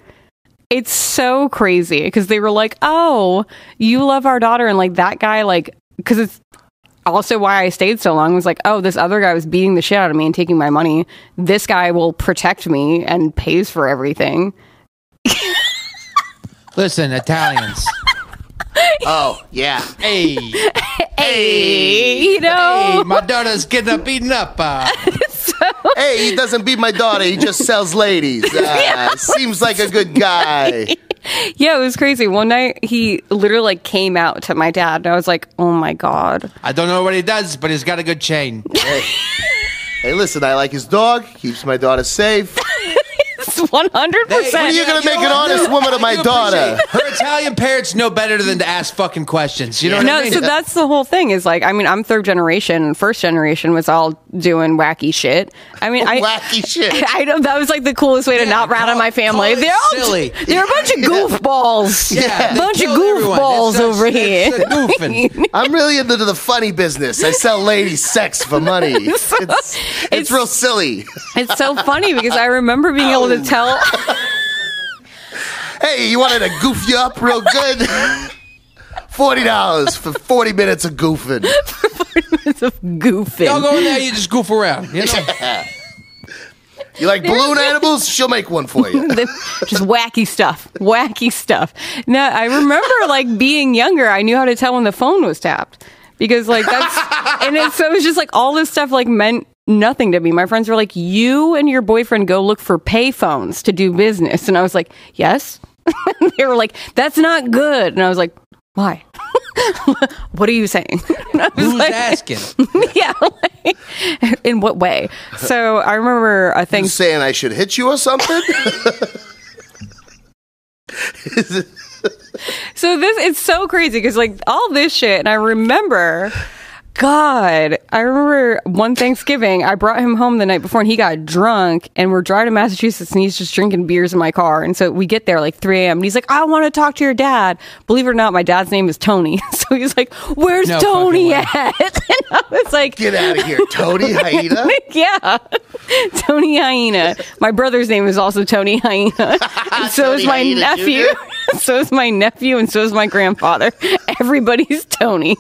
[SPEAKER 2] It's so crazy because they were like, oh, you love our daughter. And like that guy, like, because it's also why I stayed so long was like, oh, this other guy was beating the shit out of me and taking my money. This guy will protect me and pays for everything.
[SPEAKER 3] Listen, Italians.
[SPEAKER 1] Oh, yeah.
[SPEAKER 3] hey,
[SPEAKER 2] you know
[SPEAKER 3] hey, my daughter's getting beaten up. Uh,
[SPEAKER 1] Hey, he doesn't beat my daughter. He just sells ladies. Uh, Seems like a good guy.
[SPEAKER 2] yeah it was crazy one night he literally like came out to my dad and i was like oh my god
[SPEAKER 3] I don't know what he does, but he's got a good chain.
[SPEAKER 1] Hey, hey listen, I like his dog. Keeps my daughter safe.
[SPEAKER 2] Yes, one hundred
[SPEAKER 1] What are
[SPEAKER 2] percent.
[SPEAKER 1] you gonna
[SPEAKER 3] You know
[SPEAKER 1] make an
[SPEAKER 3] what?
[SPEAKER 1] honest woman of
[SPEAKER 3] I
[SPEAKER 1] my
[SPEAKER 3] do
[SPEAKER 1] daughter?
[SPEAKER 3] appreciate Her Italian parents know better than to ask fucking questions. You know what I
[SPEAKER 2] No,
[SPEAKER 3] mean?
[SPEAKER 2] so that's the whole thing. Is like, I mean, I'm third generation, and first generation was all doing wacky shit. I mean, I
[SPEAKER 1] Wacky shit.
[SPEAKER 2] I know that was like the coolest way to
[SPEAKER 3] Yeah,
[SPEAKER 2] not rat on
[SPEAKER 3] call-
[SPEAKER 2] my family.
[SPEAKER 3] call it
[SPEAKER 2] They're all
[SPEAKER 3] silly.
[SPEAKER 2] they're a bunch of goofballs.
[SPEAKER 3] yeah, they
[SPEAKER 2] bunch of
[SPEAKER 3] killed everyone.
[SPEAKER 2] goofballs
[SPEAKER 3] That's-
[SPEAKER 2] over
[SPEAKER 3] that's-
[SPEAKER 2] here.
[SPEAKER 3] that's the goofing.
[SPEAKER 1] I'm really into the funny business. I sell ladies sex for money. It's, it's,
[SPEAKER 2] it's-
[SPEAKER 1] real silly.
[SPEAKER 2] It's so funny because I remember being able
[SPEAKER 3] Oh.
[SPEAKER 2] to tell.
[SPEAKER 1] Hey, you wanted to goof you up real good? $40 for 40 minutes of goofing.
[SPEAKER 2] it's a goofing.
[SPEAKER 3] Y'all go in there, you just goof around. You know?
[SPEAKER 1] Yeah. You like balloon animals? She'll make one for you.
[SPEAKER 2] the- just wacky stuff, wacky stuff. No, I remember like being younger, I knew how to tell when the phone was tapped because like that's and it's so it was just like all this stuff like meant nothing to me. My friends were like, "You and your boyfriend go look for pay phones to do business," and I was like, "Yes." they were like, "That's not good," and I was like, "Why?" what are you saying? And I was
[SPEAKER 3] Who's
[SPEAKER 2] like-
[SPEAKER 3] asking?
[SPEAKER 2] yeah. like, in what way? So I remember a thing
[SPEAKER 1] You saying I should hit you or something?
[SPEAKER 2] So this it's so crazy because like all this shit, and I remember. God, I remember one Thanksgiving, I brought him home the night before and he got drunk and we're driving to Massachusetts and he's just drinking beers in my car. And so we get there like 3 a.m. and he's like, I want to talk to your dad. Believe it or not, my dad's name is Tony. So he's like, Where's
[SPEAKER 3] No
[SPEAKER 2] Tony
[SPEAKER 3] fucking
[SPEAKER 2] at? And I was like,
[SPEAKER 1] Get out of here, Tony Haida.
[SPEAKER 2] yeah, Tony Hyena. My brother's name is also Tony Hyena. And so
[SPEAKER 1] Tony
[SPEAKER 2] is my
[SPEAKER 1] Hyena
[SPEAKER 2] nephew. so is my nephew, and so is my grandfather. Everybody's Tony.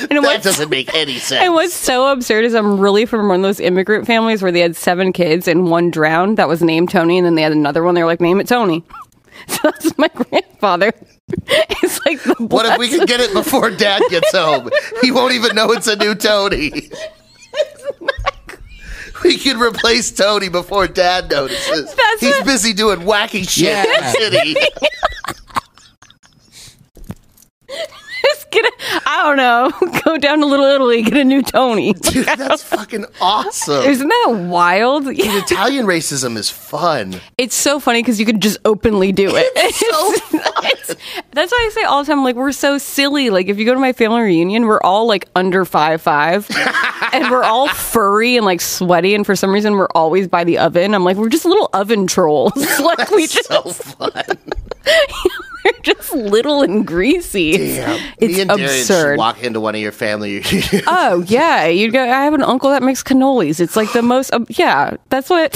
[SPEAKER 2] and
[SPEAKER 1] That
[SPEAKER 2] what's,
[SPEAKER 1] doesn't make any
[SPEAKER 2] and
[SPEAKER 1] sense.
[SPEAKER 2] what's so absurd is I'm really from one of those immigrant families where they had seven kids and one drowned that was named Tony, and then they had another one. They were like, name it Tony. So that's my grandfather. It's like the
[SPEAKER 1] What if we could get it before Dad gets home? He won't even know it's a new Tony. We can replace Tony before Dad notices.
[SPEAKER 2] That's
[SPEAKER 1] He's
[SPEAKER 2] it.
[SPEAKER 1] busy doing wacky shit in the
[SPEAKER 3] Yeah.
[SPEAKER 1] city.
[SPEAKER 2] just get a, I don't know, go down to Little Italy, get a new Tony.
[SPEAKER 1] Dude, that's fucking awesome.
[SPEAKER 2] Isn't that wild? Yeah.
[SPEAKER 1] Italian racism is fun.
[SPEAKER 2] It's so funny because you could just openly do it. It's- that's why I say all the time, like, we're so silly. Like, if you go to my family reunion, we're all like under five five, and we're all furry and like sweaty. And for some reason, we're always by the oven. I'm like, we're just little oven trolls. like, we just,
[SPEAKER 1] So fun.
[SPEAKER 2] we're just little and greasy.
[SPEAKER 1] Yeah.
[SPEAKER 2] It's
[SPEAKER 1] Me and Darian should
[SPEAKER 2] absurd.
[SPEAKER 1] walk into one of your family
[SPEAKER 2] Oh yeah, you go. I have an uncle that makes cannolis. It's like the most. Um, yeah, that's what.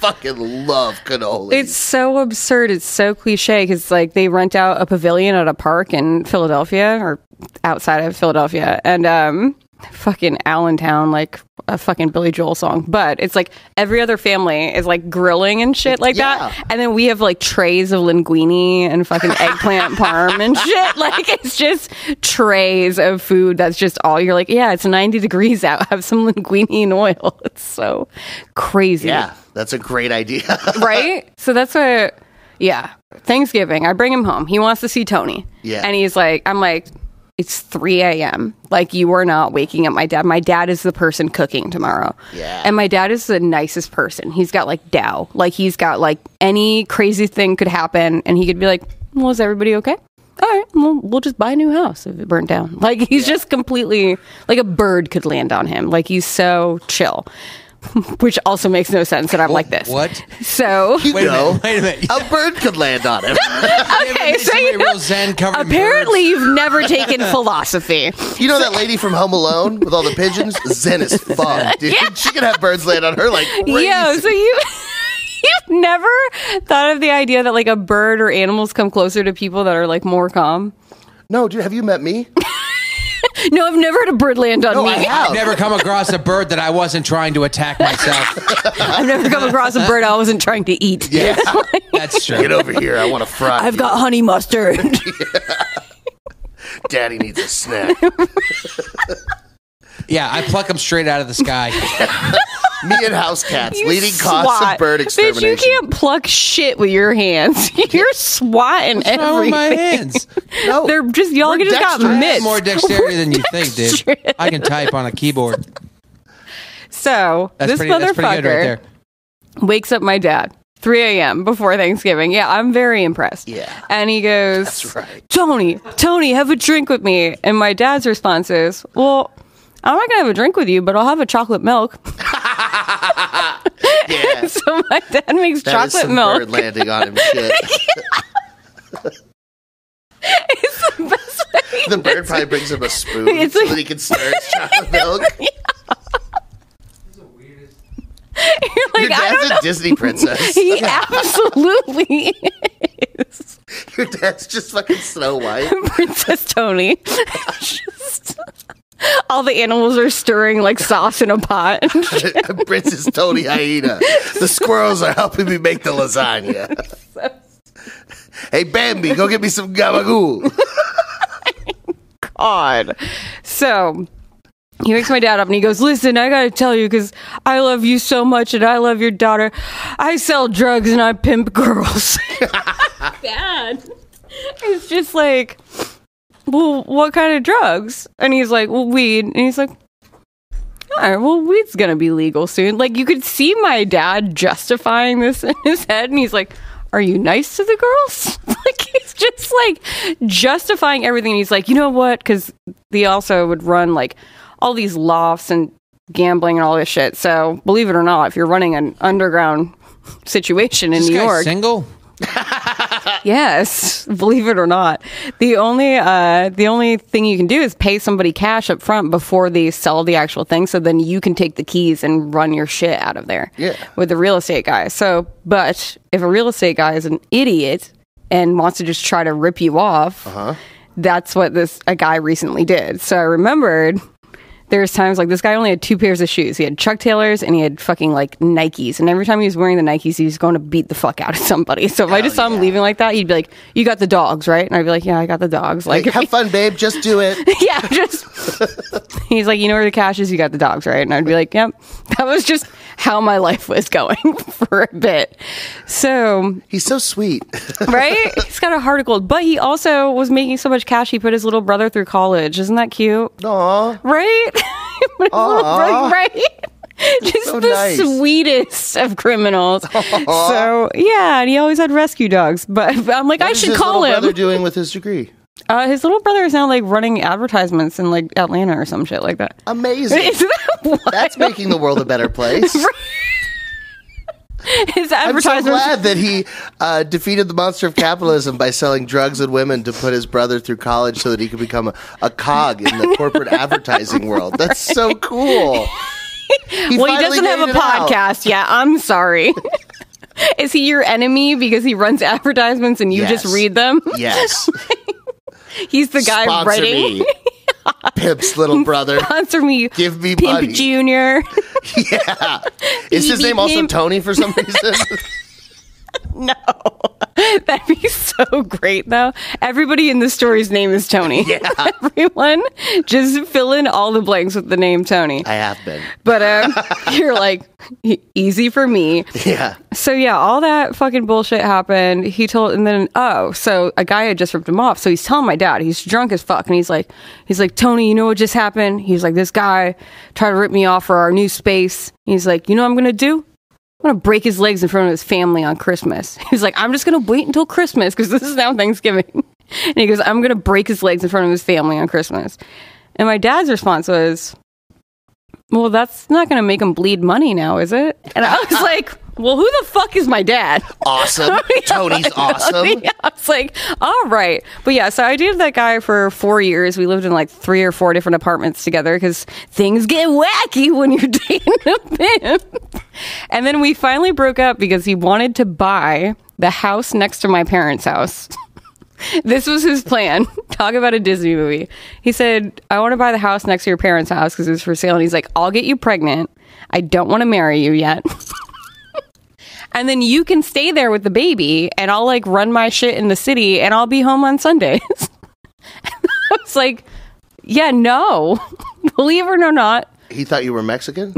[SPEAKER 1] fucking love cannoli.
[SPEAKER 2] It's so absurd. It's so cliche because like they rent out a pavilion at a park in Philadelphia or outside of Philadelphia, and um, fucking Allentown, like a fucking Billy Joel song. But it's like every other family is like grilling and shit like
[SPEAKER 1] Yeah.
[SPEAKER 2] that, and then we have like trays of linguine and fucking eggplant parm and shit. Like it's just trays of food. That's just all. You're like, yeah, it's 90 degrees out. Have some linguine and oil. It's so crazy
[SPEAKER 1] yeah, that's a great idea.
[SPEAKER 2] right? So that's what, yeah. Thanksgiving, I bring him home. He wants to see Tony.
[SPEAKER 1] Yeah.
[SPEAKER 2] And he's like, I'm like, it's 3 a.m. Like, you are not waking up my dad. My dad is the person cooking tomorrow.
[SPEAKER 1] Yeah.
[SPEAKER 2] And my dad is the nicest person. He's got like Dow. Like, he's got like any crazy thing could happen, and he could be like, well, is everybody okay? All right, well, we'll just buy a new house if it burnt down. Like, he's just completely, like, a bird could land on him. Like, he's so chill, which also makes no sense that I'm like this.
[SPEAKER 3] What?
[SPEAKER 2] So
[SPEAKER 1] You
[SPEAKER 3] Wait a
[SPEAKER 1] know,
[SPEAKER 3] minute. Wait a minute.
[SPEAKER 1] a bird could land on him.
[SPEAKER 2] okay, so
[SPEAKER 3] Somebody
[SPEAKER 2] you know,
[SPEAKER 3] real zen covered in
[SPEAKER 2] apparently you've never taken philosophy.
[SPEAKER 1] You know that lady from Home Alone with all the pigeons? Zen as fuck, dude. She could have birds land on her like crazy.
[SPEAKER 2] Yo, so you you've never thought of the idea that like a bird or animals come closer to people that are like more calm.
[SPEAKER 1] No, dude, have you met me?
[SPEAKER 2] No, I've never had a bird land on
[SPEAKER 1] No,
[SPEAKER 2] me.
[SPEAKER 1] I have.
[SPEAKER 3] I've never come across a bird that I wasn't trying to attack myself.
[SPEAKER 2] I've never come across a bird I wasn't trying to eat.
[SPEAKER 1] Yeah.
[SPEAKER 3] That's true.
[SPEAKER 1] Get over here. I want to fry.
[SPEAKER 2] I've
[SPEAKER 1] you.
[SPEAKER 2] got honey mustard.
[SPEAKER 1] Daddy needs a snack.
[SPEAKER 3] Yeah, I pluck them straight out of the sky.
[SPEAKER 1] me and house cats.
[SPEAKER 2] You
[SPEAKER 1] leading cause of
[SPEAKER 2] swat.
[SPEAKER 1] bird
[SPEAKER 2] Bitch, you
[SPEAKER 1] extermination.
[SPEAKER 2] can't pluck shit with your hands. You're swatting
[SPEAKER 3] How are
[SPEAKER 2] everything.
[SPEAKER 3] my hands?
[SPEAKER 1] no.
[SPEAKER 2] They're just y'all
[SPEAKER 1] We're
[SPEAKER 2] just got
[SPEAKER 1] dexterous.
[SPEAKER 3] I
[SPEAKER 2] mitts.
[SPEAKER 3] have more dexterity than you think, dude. I can type on a keyboard.
[SPEAKER 2] So
[SPEAKER 3] That's
[SPEAKER 2] this
[SPEAKER 3] pretty.
[SPEAKER 2] motherfucker.
[SPEAKER 3] That's pretty good right there.
[SPEAKER 2] wakes up my dad 3 a.m. before Thanksgiving. Yeah, I'm very impressed.
[SPEAKER 1] Yeah.
[SPEAKER 2] And he goes,
[SPEAKER 1] That's right.
[SPEAKER 2] Tony, Tony, have a drink with me. And my dad's response is, Well, I'm not going to have a drink with you, but I'll have a chocolate milk.
[SPEAKER 1] Yeah.
[SPEAKER 2] so my dad makes
[SPEAKER 1] That is
[SPEAKER 2] chocolate
[SPEAKER 1] some
[SPEAKER 2] milk.
[SPEAKER 1] bird landing on him shit.
[SPEAKER 2] it's the best way.
[SPEAKER 1] The bird probably brings him a spoon
[SPEAKER 2] It's
[SPEAKER 1] so
[SPEAKER 2] like-
[SPEAKER 1] that he can stir his chocolate milk.
[SPEAKER 2] You're like,
[SPEAKER 1] Your
[SPEAKER 2] I don't
[SPEAKER 1] dad's
[SPEAKER 2] know.
[SPEAKER 1] a Disney princess.
[SPEAKER 2] He absolutely is.
[SPEAKER 1] Your dad's just fucking Snow White.
[SPEAKER 2] Princess Tony. Just- all the animals are stirring like sauce in a pot.
[SPEAKER 1] Princess Tony Aida. The squirrels are helping me make the lasagna. hey, Bambi, go get me some gabagool.
[SPEAKER 2] God. So he wakes my dad up and he goes, Listen, I gotta tell you, because I love you so much and I love your daughter. I sell drugs and I pimp girls. Dad. It's just like, Well, what kind of drugs? And he's like, Well, weed. And he's like, all right, well, weed's gonna be legal soon. Like, you could see my dad justifying this in his head, and he's like, Are you nice to the girls? like, he's just like justifying everything. He's like, You know what? Because they also would run like all these lofts and gambling and all this shit. So, believe it or not, if you're running an underground situation in
[SPEAKER 3] This
[SPEAKER 2] New
[SPEAKER 3] guy's
[SPEAKER 2] York,
[SPEAKER 3] single?
[SPEAKER 2] Yes, believe it or not, the only uh, the only thing you can do is pay somebody cash up front before they sell the actual thing, so then you can take the keys and run your shit out of there.
[SPEAKER 1] Yeah.
[SPEAKER 2] with the real estate guy. So, but if a real estate guy is an idiot and wants to just try to rip you off, that's what this a guy recently did. So I remembered. There's times like this guy only had two pairs of shoes. He had Chuck Taylors and he had fucking like Nikes. And every time he was wearing the Nikes, he was going to beat the fuck out of somebody. So if I just saw him leaving like that, he'd be like, "You got the dogs, right?" And I'd be like, "Yeah, I got the dogs." Like,
[SPEAKER 1] Like, have fun, babe. Just do it.
[SPEAKER 2] yeah, just he's like, you know where the cash is, you got the dogs, right? And I'd be like, yep. That was just how my life was going for a bit. So,
[SPEAKER 1] He's so sweet.
[SPEAKER 2] right? he's got a heart of gold, but he also was making so much cash he put his little brother through college. Isn't that cute?
[SPEAKER 1] Aww.
[SPEAKER 2] Right? He put his little brother- right? Just
[SPEAKER 1] So
[SPEAKER 2] the
[SPEAKER 1] nice.
[SPEAKER 2] sweetest of criminals. So yeah, and he always had rescue dogs. But I'm like, I should call
[SPEAKER 1] him.
[SPEAKER 2] him.
[SPEAKER 1] brother doing with his degree?
[SPEAKER 2] Uh, his little brother is now like running advertisements in like Atlanta or some shit like that.
[SPEAKER 1] Amazing.
[SPEAKER 2] Isn't that wild?
[SPEAKER 1] That's making the world a better place.
[SPEAKER 2] his
[SPEAKER 1] I'm so
[SPEAKER 2] advertisements?
[SPEAKER 1] glad that he uh, defeated the monster of capitalism by selling drugs and women to put his brother through college so that he could become a, a cog in the corporate advertising world. That's so cool. He
[SPEAKER 2] well, he
[SPEAKER 1] finally
[SPEAKER 2] doesn't have
[SPEAKER 1] made
[SPEAKER 2] a
[SPEAKER 1] it out.
[SPEAKER 2] podcast. Yeah, I'm sorry. Is he your enemy because he runs advertisements and you
[SPEAKER 1] Yes.
[SPEAKER 2] just read them?
[SPEAKER 1] Yes.
[SPEAKER 2] He's the guy
[SPEAKER 1] Sponsor
[SPEAKER 2] writing.
[SPEAKER 1] me. Pimp's little brother.
[SPEAKER 2] Sponsor me,
[SPEAKER 1] Give me money.
[SPEAKER 2] Pimp Junior.
[SPEAKER 1] Yeah. Is his
[SPEAKER 2] Pee-pee
[SPEAKER 1] name also
[SPEAKER 2] Pimp.
[SPEAKER 1] Tony for some reason?
[SPEAKER 2] no, that'd be so great though. Everybody in the story's name is Tony. Yeah, everyone just fill in all the blanks with the name Tony.
[SPEAKER 1] I have been.
[SPEAKER 2] But um, you're like e- easy for me.
[SPEAKER 1] Yeah.
[SPEAKER 2] So yeah, all that fucking bullshit happened. He told, and then oh, so a guy had just ripped him off. So he's telling my dad, he's drunk as fuck, and he's like, he's like, Tony, you know what just happened? He's like, this guy tried to rip me off for our new space. He's like, you know what I'm gonna do? I'm gonna break his legs in front of his family on Christmas. He's like, I'm just gonna wait until Christmas because this is now Thanksgiving. And he goes, I'm gonna break his legs in front of his family on Christmas. And my dad's response was, Well, that's not gonna make him bleed money now, is it? And I was like, Well, who the fuck is my dad?
[SPEAKER 1] Awesome. Tony's awesome.
[SPEAKER 2] Yeah, I was like, all right. But yeah, so I dated that guy for four years. We lived in like three or four different apartments together because things get wacky when you're dating a pimp. And then we finally broke up because he wanted to buy the house next to my parents' house. This was his plan. Talk about a Disney movie. He said, I want to buy the house next to your parents' house because it was for sale. And he's like, I'll get you pregnant. I don't want to marry you yet. and then you can stay there with the baby and I'll like run my shit in the city and I'll be home on Sundays. I was like, yeah, no. Believe it or not.
[SPEAKER 1] He thought you were Mexican?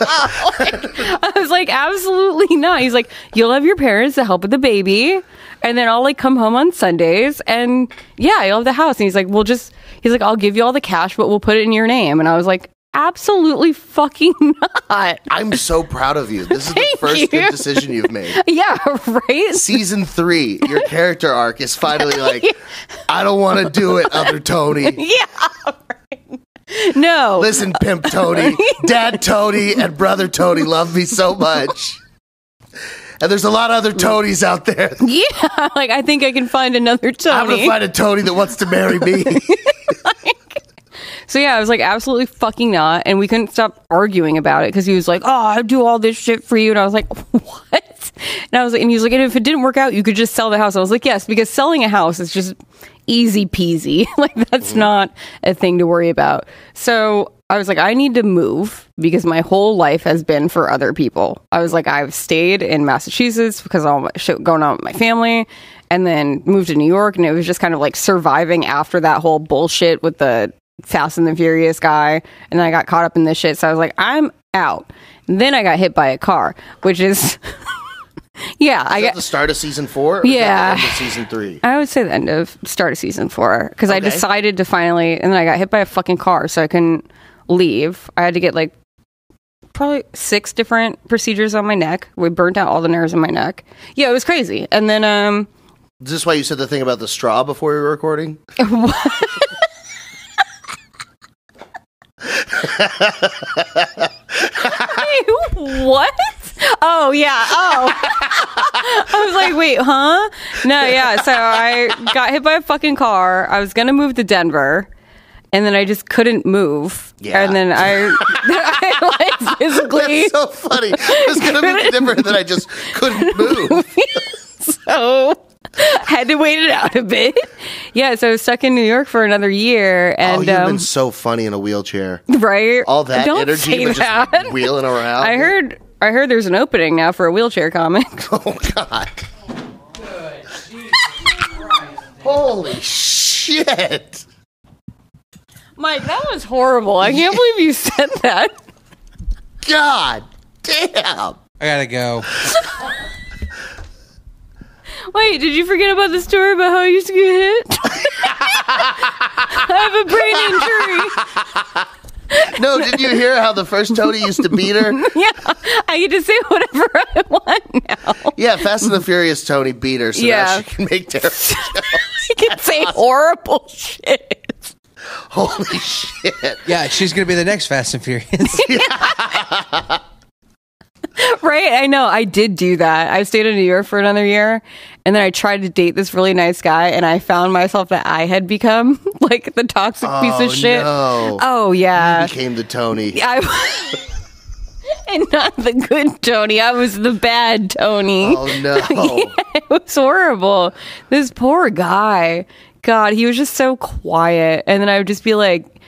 [SPEAKER 2] I was like, absolutely not. He's like, you'll have your parents to help with the baby, and then I'll like come home on Sundays, and yeah, you'll have the house. And he's like, we'll just, he's like, I'll give you all the cash, but we'll put it in your name. And I was like, absolutely fucking not.
[SPEAKER 1] I'm so proud of you. This is the
[SPEAKER 2] Thank
[SPEAKER 1] first
[SPEAKER 2] you.
[SPEAKER 1] good decision you've made.
[SPEAKER 2] Yeah, right?
[SPEAKER 1] Season three, your character arc is finally like, I don't want to do it, other Tony.
[SPEAKER 2] No.
[SPEAKER 1] Listen, pimp Tony, dad Tony, and brother Tony love me so much. And there's a lot of other
[SPEAKER 2] Mm.
[SPEAKER 1] Tonys out there.
[SPEAKER 2] Yeah, like I think I can find another
[SPEAKER 1] I'm going to
[SPEAKER 2] Tony.
[SPEAKER 1] find a Tony that wants to marry me.
[SPEAKER 2] so yeah, I was like, absolutely fucking not, and we couldn't stop arguing about it because he was like, "Oh, I do all this shit for you," and I was like, "What?" And I was like, and he was like, "And if it didn't work out, you could just sell the house." I was like, "Yes," because selling a house is just easy peasy. like that's not a thing to worry about. So I was like, I need to move because my whole life has been for other people. I was like, I've stayed in Massachusetts because of all my shit going on with my family, and then moved to New York, and it was just kind of like surviving after that whole bullshit with the Fast and the Furious guy, and I got caught up in this shit. So I was like, I'm out. And then I got hit by a car, which is, yeah, I
[SPEAKER 1] At
[SPEAKER 2] got.
[SPEAKER 1] the start of season four? or is that the
[SPEAKER 2] Yeah.
[SPEAKER 1] end of season three.
[SPEAKER 2] I would say the end of start of season four because I
[SPEAKER 1] Okay.
[SPEAKER 2] decided to finally, and then I got hit by a fucking car, so I couldn't leave. I had to get like probably six different procedures on my neck. We burnt out all the nerves in my neck. Yeah, it was crazy. And then, um,
[SPEAKER 1] Is this why you said the thing about the straw before we were recording?
[SPEAKER 2] what? Oh yeah. Oh, I was like, wait, huh? No, yeah. So I got hit by a fucking car. I was gonna move to Denver, and then I just couldn't move.
[SPEAKER 1] Yeah.
[SPEAKER 2] And then I, I like physically.
[SPEAKER 1] That's so funny. It's going to be different than I just couldn't move.
[SPEAKER 2] so had to wait it out a bit. Yeah, so I was stuck in New York for another year,
[SPEAKER 1] Oh,
[SPEAKER 2] and
[SPEAKER 1] you've
[SPEAKER 2] um,
[SPEAKER 1] been so funny in a wheelchair.
[SPEAKER 2] right,
[SPEAKER 1] All that
[SPEAKER 2] Don't
[SPEAKER 1] energy
[SPEAKER 2] say
[SPEAKER 1] was
[SPEAKER 2] that.
[SPEAKER 1] just wheeling around.
[SPEAKER 2] I heard, I heard there's an opening now for a wheelchair comic.
[SPEAKER 1] Oh God! Holy shit!
[SPEAKER 2] Mike, that was horrible. I can't believe you said that.
[SPEAKER 1] God damn!
[SPEAKER 3] I gotta go.
[SPEAKER 2] Wait, did you forget about the story about how I used to get hit? I have a brain injury.
[SPEAKER 1] No, did you hear how the first Tony used to beat her?
[SPEAKER 2] Yeah, I get to say whatever I want now.
[SPEAKER 1] Yeah, Fast and the Furious Tony beat her, so now
[SPEAKER 2] Yeah.
[SPEAKER 1] she can make terrible.
[SPEAKER 2] I can say horrible shit.
[SPEAKER 1] Holy shit!
[SPEAKER 3] Yeah, she's gonna be the next Fast and Furious.
[SPEAKER 2] Right? I know. I did do that. I stayed in New York for another year, and then I tried to date this really nice guy, and I found myself that I had become like the toxic piece
[SPEAKER 1] Oh,
[SPEAKER 2] of shit.
[SPEAKER 1] no.
[SPEAKER 2] Oh yeah.
[SPEAKER 1] Became the Tony.
[SPEAKER 2] I and not the good Tony. I was the bad Tony.
[SPEAKER 1] Oh no!
[SPEAKER 2] It was horrible. This poor guy. God, he was just so quiet. And then I would just be like,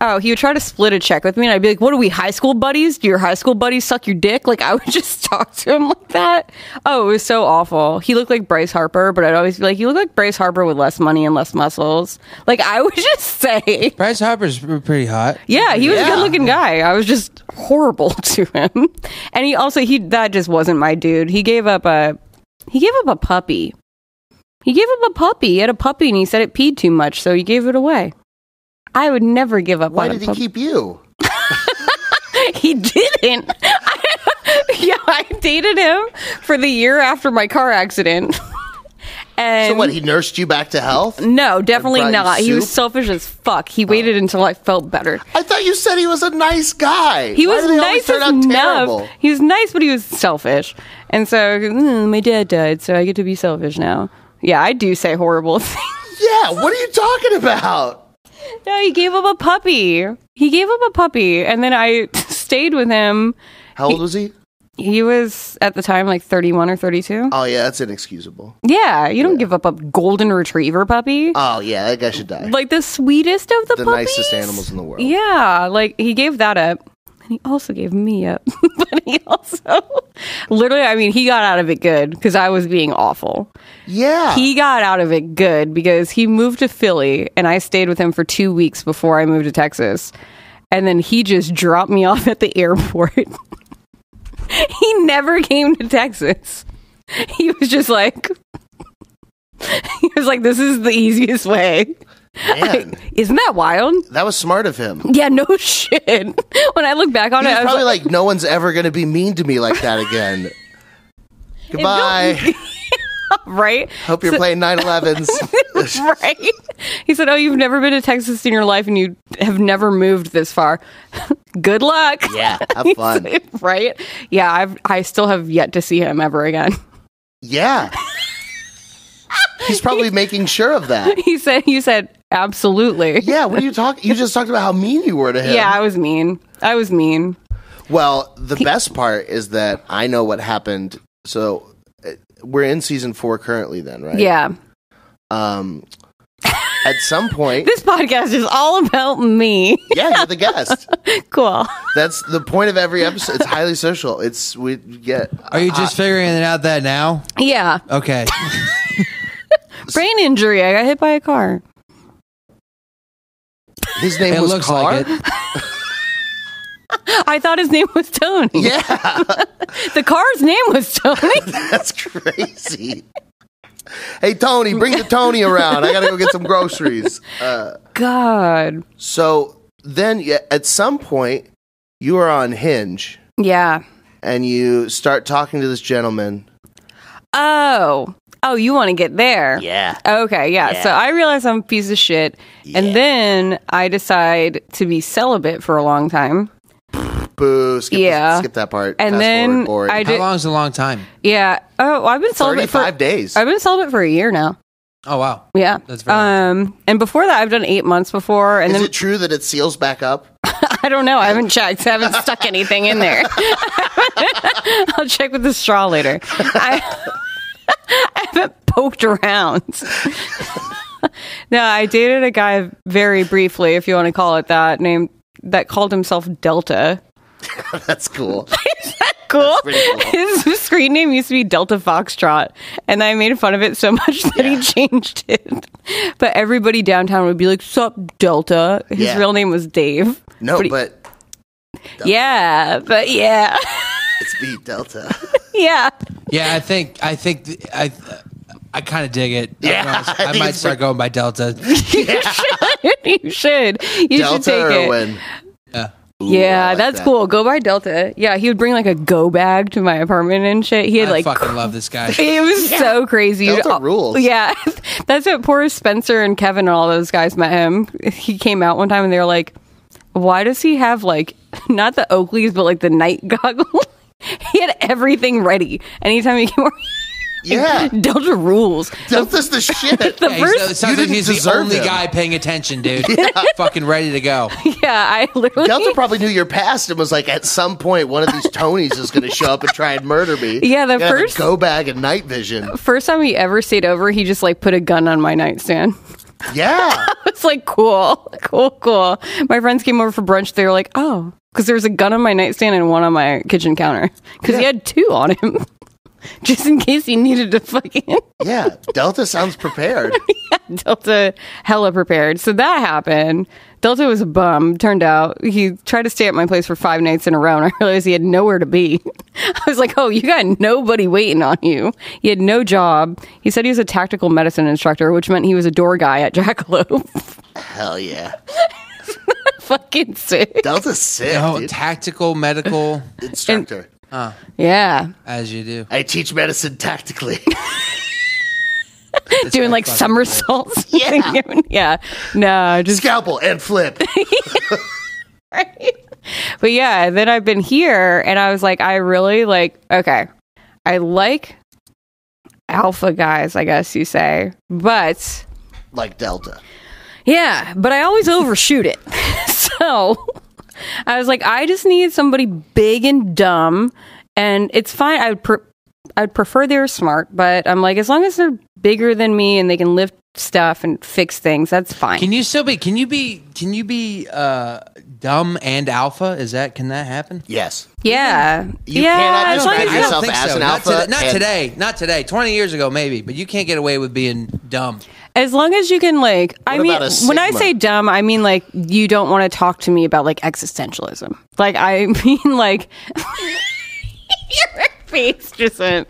[SPEAKER 2] oh, he would try to split a check with me. And I'd be like, what are we, high school buddies? Do your high school buddies suck your dick? Like, I would just talk to him like that. Oh, it was so awful. He looked like Bryce Harper, but I'd always be like, you look like Bryce Harper with less money and less muscles. Like, I would just say,
[SPEAKER 3] Bryce Harper's pretty hot.
[SPEAKER 2] yeah, he was
[SPEAKER 1] Yeah.
[SPEAKER 2] a good-looking guy. I was just horrible to him, and he also he that just wasn't my dude. He gave up a he gave up a puppy. He gave up a puppy. He had a puppy, and he said it peed too much, so he gave it away. I would never give up
[SPEAKER 1] Why
[SPEAKER 2] on
[SPEAKER 1] did
[SPEAKER 2] a
[SPEAKER 1] he
[SPEAKER 2] puppy.
[SPEAKER 1] keep you?
[SPEAKER 2] He didn't. yeah, I dated him for the year after my car accident. and
[SPEAKER 1] So what? He nursed you back to health?
[SPEAKER 2] no, definitely
[SPEAKER 1] brought you
[SPEAKER 2] not. He was
[SPEAKER 1] soup? Oh.
[SPEAKER 2] selfish as fuck. He waited until I felt better.
[SPEAKER 1] I thought you said he was a nice guy.
[SPEAKER 2] He
[SPEAKER 1] Why
[SPEAKER 2] was
[SPEAKER 1] do they always
[SPEAKER 2] nice
[SPEAKER 1] turn out
[SPEAKER 2] enough.
[SPEAKER 1] terrible?
[SPEAKER 2] He was nice, but he was selfish. And so mm, my dad died, so I get to be selfish now. Yeah, I do say horrible things.
[SPEAKER 1] Yeah. What are you talking about?
[SPEAKER 2] no, he gave up a puppy. He gave up a puppy, and then I stayed with him.
[SPEAKER 1] How old was he?
[SPEAKER 2] He was at the time like 31 or 32.
[SPEAKER 1] Oh yeah, that's inexcusable.
[SPEAKER 2] Yeah, you don't give up a golden retriever puppy.
[SPEAKER 1] Oh yeah, that guy should die.
[SPEAKER 2] like the sweetest of the,
[SPEAKER 1] the
[SPEAKER 2] puppies.
[SPEAKER 1] nicest animals in the world.
[SPEAKER 2] Yeah, like he gave that up. And he also gave me up. but he also literally, I mean, he got out of it good because I was being awful.
[SPEAKER 1] Yeah.
[SPEAKER 2] He got out of it good because he moved to Philly and I stayed with him for two weeks before I moved to Texas. And then he just dropped me off at the airport. he never came to Texas. He was just like, he was like, this is the easiest way.
[SPEAKER 1] Man,
[SPEAKER 2] Isn't that wild?
[SPEAKER 1] that was smart of him.
[SPEAKER 2] Yeah, no shit. When I look back on it,
[SPEAKER 1] He's
[SPEAKER 2] I was
[SPEAKER 1] probably like, no one's ever going to be mean to me like that again. Goodbye.
[SPEAKER 2] right?
[SPEAKER 1] Hope you're playing 911s.
[SPEAKER 2] right? He said, "Oh, you've never been to Texas in your life, and you have never moved this far. Good luck."
[SPEAKER 1] yeah, have fun.
[SPEAKER 2] right? Yeah, I've I still have yet to see him ever again.
[SPEAKER 1] Yeah. He's probably making sure of that.
[SPEAKER 2] He said, "You said absolutely."
[SPEAKER 1] Yeah, what are you talking? You just talked about how mean you were to him.
[SPEAKER 2] Yeah, I was mean. I was mean.
[SPEAKER 1] Well, the best part is that I know what happened. So uh, we're in season four currently, then, right?
[SPEAKER 2] Yeah.
[SPEAKER 1] Um, at some point,
[SPEAKER 2] This podcast is all about me.
[SPEAKER 1] yeah, you're the guest.
[SPEAKER 2] cool.
[SPEAKER 1] That's the point of every episode. It's highly social. It's we get. uh,
[SPEAKER 3] Are you just figuring it out that now?
[SPEAKER 2] Yeah.
[SPEAKER 3] Okay.
[SPEAKER 2] Brain injury. I got hit by a car.
[SPEAKER 1] His name
[SPEAKER 3] it
[SPEAKER 1] was
[SPEAKER 3] looks
[SPEAKER 1] Carr.
[SPEAKER 3] like it.
[SPEAKER 2] I thought his name was Tony.
[SPEAKER 1] Yeah,
[SPEAKER 2] The car's name was Tony.
[SPEAKER 1] that's crazy. Hey Tony, bring the Tony around. I gotta go get some groceries. Uh,
[SPEAKER 2] God.
[SPEAKER 1] so then, yeah, at some point, you are on Hinge
[SPEAKER 2] Yeah.
[SPEAKER 1] and you start talking to this gentleman.
[SPEAKER 2] Oh. Oh, you want to get there?
[SPEAKER 1] Yeah.
[SPEAKER 2] Okay, yeah. So I realize I'm a piece of shit. And then I decide to be celibate for a long time.
[SPEAKER 1] Boo. Skip,
[SPEAKER 2] Yeah.
[SPEAKER 1] skip that part.
[SPEAKER 2] And
[SPEAKER 1] Fast
[SPEAKER 2] then
[SPEAKER 1] forward, boring.
[SPEAKER 2] I
[SPEAKER 3] How
[SPEAKER 2] did.
[SPEAKER 3] long's a long time?
[SPEAKER 2] Yeah. Oh, I've been celibate for.
[SPEAKER 1] Thirty-five days.
[SPEAKER 2] I've been celibate for a year now.
[SPEAKER 3] Oh wow.
[SPEAKER 2] Yeah.
[SPEAKER 3] That's very
[SPEAKER 2] Um, and before that, I've done eight months before. And
[SPEAKER 1] Is
[SPEAKER 2] then
[SPEAKER 1] it true that it seals back up?
[SPEAKER 2] I don't know. I haven't checked. I haven't stuck anything in there. I'll check with the straw later. I, I haven't poked around. no, I dated a guy very briefly, if you want to call it that, named that called himself Delta.
[SPEAKER 1] That's cool.
[SPEAKER 2] Cool.
[SPEAKER 1] pretty cool.
[SPEAKER 2] His screen name used to be Delta Foxtrot, and I made fun of it so much that he changed it. But everybody downtown would be like, "Sup, Delta." His
[SPEAKER 1] Yeah.
[SPEAKER 2] real name was Dave.
[SPEAKER 1] No,
[SPEAKER 2] Pretty-
[SPEAKER 1] but
[SPEAKER 2] Yeah, but yeah.
[SPEAKER 1] it's B Delta.
[SPEAKER 2] yeah.
[SPEAKER 3] Yeah, I think I think th- I I kind of dig it.
[SPEAKER 1] Yeah,
[SPEAKER 3] I'll be honest.
[SPEAKER 1] I
[SPEAKER 3] I,
[SPEAKER 1] think
[SPEAKER 3] might
[SPEAKER 1] it's
[SPEAKER 3] start
[SPEAKER 1] pretty-
[SPEAKER 3] going by Delta.
[SPEAKER 2] you should. You should
[SPEAKER 1] Delta
[SPEAKER 2] take
[SPEAKER 1] or
[SPEAKER 2] it.
[SPEAKER 1] when?
[SPEAKER 3] Yeah.
[SPEAKER 1] Ooh,
[SPEAKER 2] Yeah,
[SPEAKER 1] I like
[SPEAKER 2] that's
[SPEAKER 1] that.
[SPEAKER 2] cool. Go by Delta. Yeah, he would bring like a go bag to my apartment and shit. He had
[SPEAKER 3] I
[SPEAKER 2] like
[SPEAKER 3] fucking love this guy.
[SPEAKER 2] it was so crazy. You'd
[SPEAKER 1] Delta
[SPEAKER 2] al-
[SPEAKER 1] rules.
[SPEAKER 2] Yeah, that's what poor Spencer and Kevin and all those guys met him. He came out one time and they were like, "Why does he have like not the Oakleys but like the night goggle?" he had everything ready. Anytime he came, over,
[SPEAKER 1] Yeah,
[SPEAKER 2] Delta rules.
[SPEAKER 1] Delta's the shit.
[SPEAKER 2] The
[SPEAKER 3] Yeah, he's-
[SPEAKER 2] first,
[SPEAKER 3] it sounds
[SPEAKER 1] You
[SPEAKER 3] like
[SPEAKER 1] didn't
[SPEAKER 3] he's the
[SPEAKER 1] deserve
[SPEAKER 3] only
[SPEAKER 1] him.
[SPEAKER 3] guy paying attention, dude. Fucking ready to go.
[SPEAKER 2] yeah, I literally
[SPEAKER 1] Delta probably knew your past and was like, at some point, one of these Tonys is going to show up and try and murder me.
[SPEAKER 2] Yeah, the
[SPEAKER 1] You're gonna have a
[SPEAKER 2] first-
[SPEAKER 1] go bag and night vision.
[SPEAKER 2] First time he ever stayed over, he just like put a gun on my nightstand.
[SPEAKER 1] Yeah,
[SPEAKER 2] It's like cool, cool, cool. My friends came over for brunch. They were like, "Oh, because there was a gun on my nightstand and one on my kitchen counter because he had two on him, just in case he needed to fucking
[SPEAKER 1] yeah. Delta sounds prepared.
[SPEAKER 2] Delta hella prepared." So that happened. Delta was a bum. Turned out he tried to stay at my place for five nights in a row, and I realized he had nowhere to be. I was like, "Oh, you got nobody waiting on you. He had no job." He said he was a tactical medicine instructor, which meant he was a door guy at Jackalope.
[SPEAKER 1] Hell yeah,
[SPEAKER 2] fucking sick.
[SPEAKER 1] Delta's sick.
[SPEAKER 3] No,
[SPEAKER 1] dude.
[SPEAKER 3] tactical medical
[SPEAKER 1] Instructor.
[SPEAKER 2] Yeah.
[SPEAKER 3] as you do.
[SPEAKER 1] I teach medicine tactically.
[SPEAKER 2] Doing like
[SPEAKER 3] fucking
[SPEAKER 2] somersaults. Yeah. yeah. No, just.
[SPEAKER 1] Scalpel and flip.
[SPEAKER 2] But yeah, then I've been here and I was like, I really like, okay, I like alpha guys, I guess you say. But
[SPEAKER 1] like Delta.
[SPEAKER 2] yeah, but I always overshoot it. so I was like, I just need somebody big and dumb. And it's fine. I would pre- I'd prefer they were smart, but I'm like, as long as they're bigger than me and they can lift stuff and fix things, that's fine.
[SPEAKER 3] Can you still be? Can you be? Can you be uh, dumb and alpha? Is that? Can that happen?
[SPEAKER 1] Yes.
[SPEAKER 2] Yeah.
[SPEAKER 1] You
[SPEAKER 2] yeah,
[SPEAKER 1] cannot
[SPEAKER 2] as long
[SPEAKER 1] describe
[SPEAKER 2] as you don't-
[SPEAKER 1] yourself as an
[SPEAKER 3] Not,
[SPEAKER 1] alpha
[SPEAKER 3] today, not
[SPEAKER 1] and-
[SPEAKER 3] today. Not today. Twenty years ago, maybe. But you can't get away with being dumb.
[SPEAKER 2] As long as you can, like, I
[SPEAKER 1] What
[SPEAKER 2] mean,
[SPEAKER 1] about a
[SPEAKER 2] when I
[SPEAKER 1] sigma?
[SPEAKER 2] say dumb, I mean, like, you don't want to talk to me about, like, existentialism. Like, I mean, like, your face just went.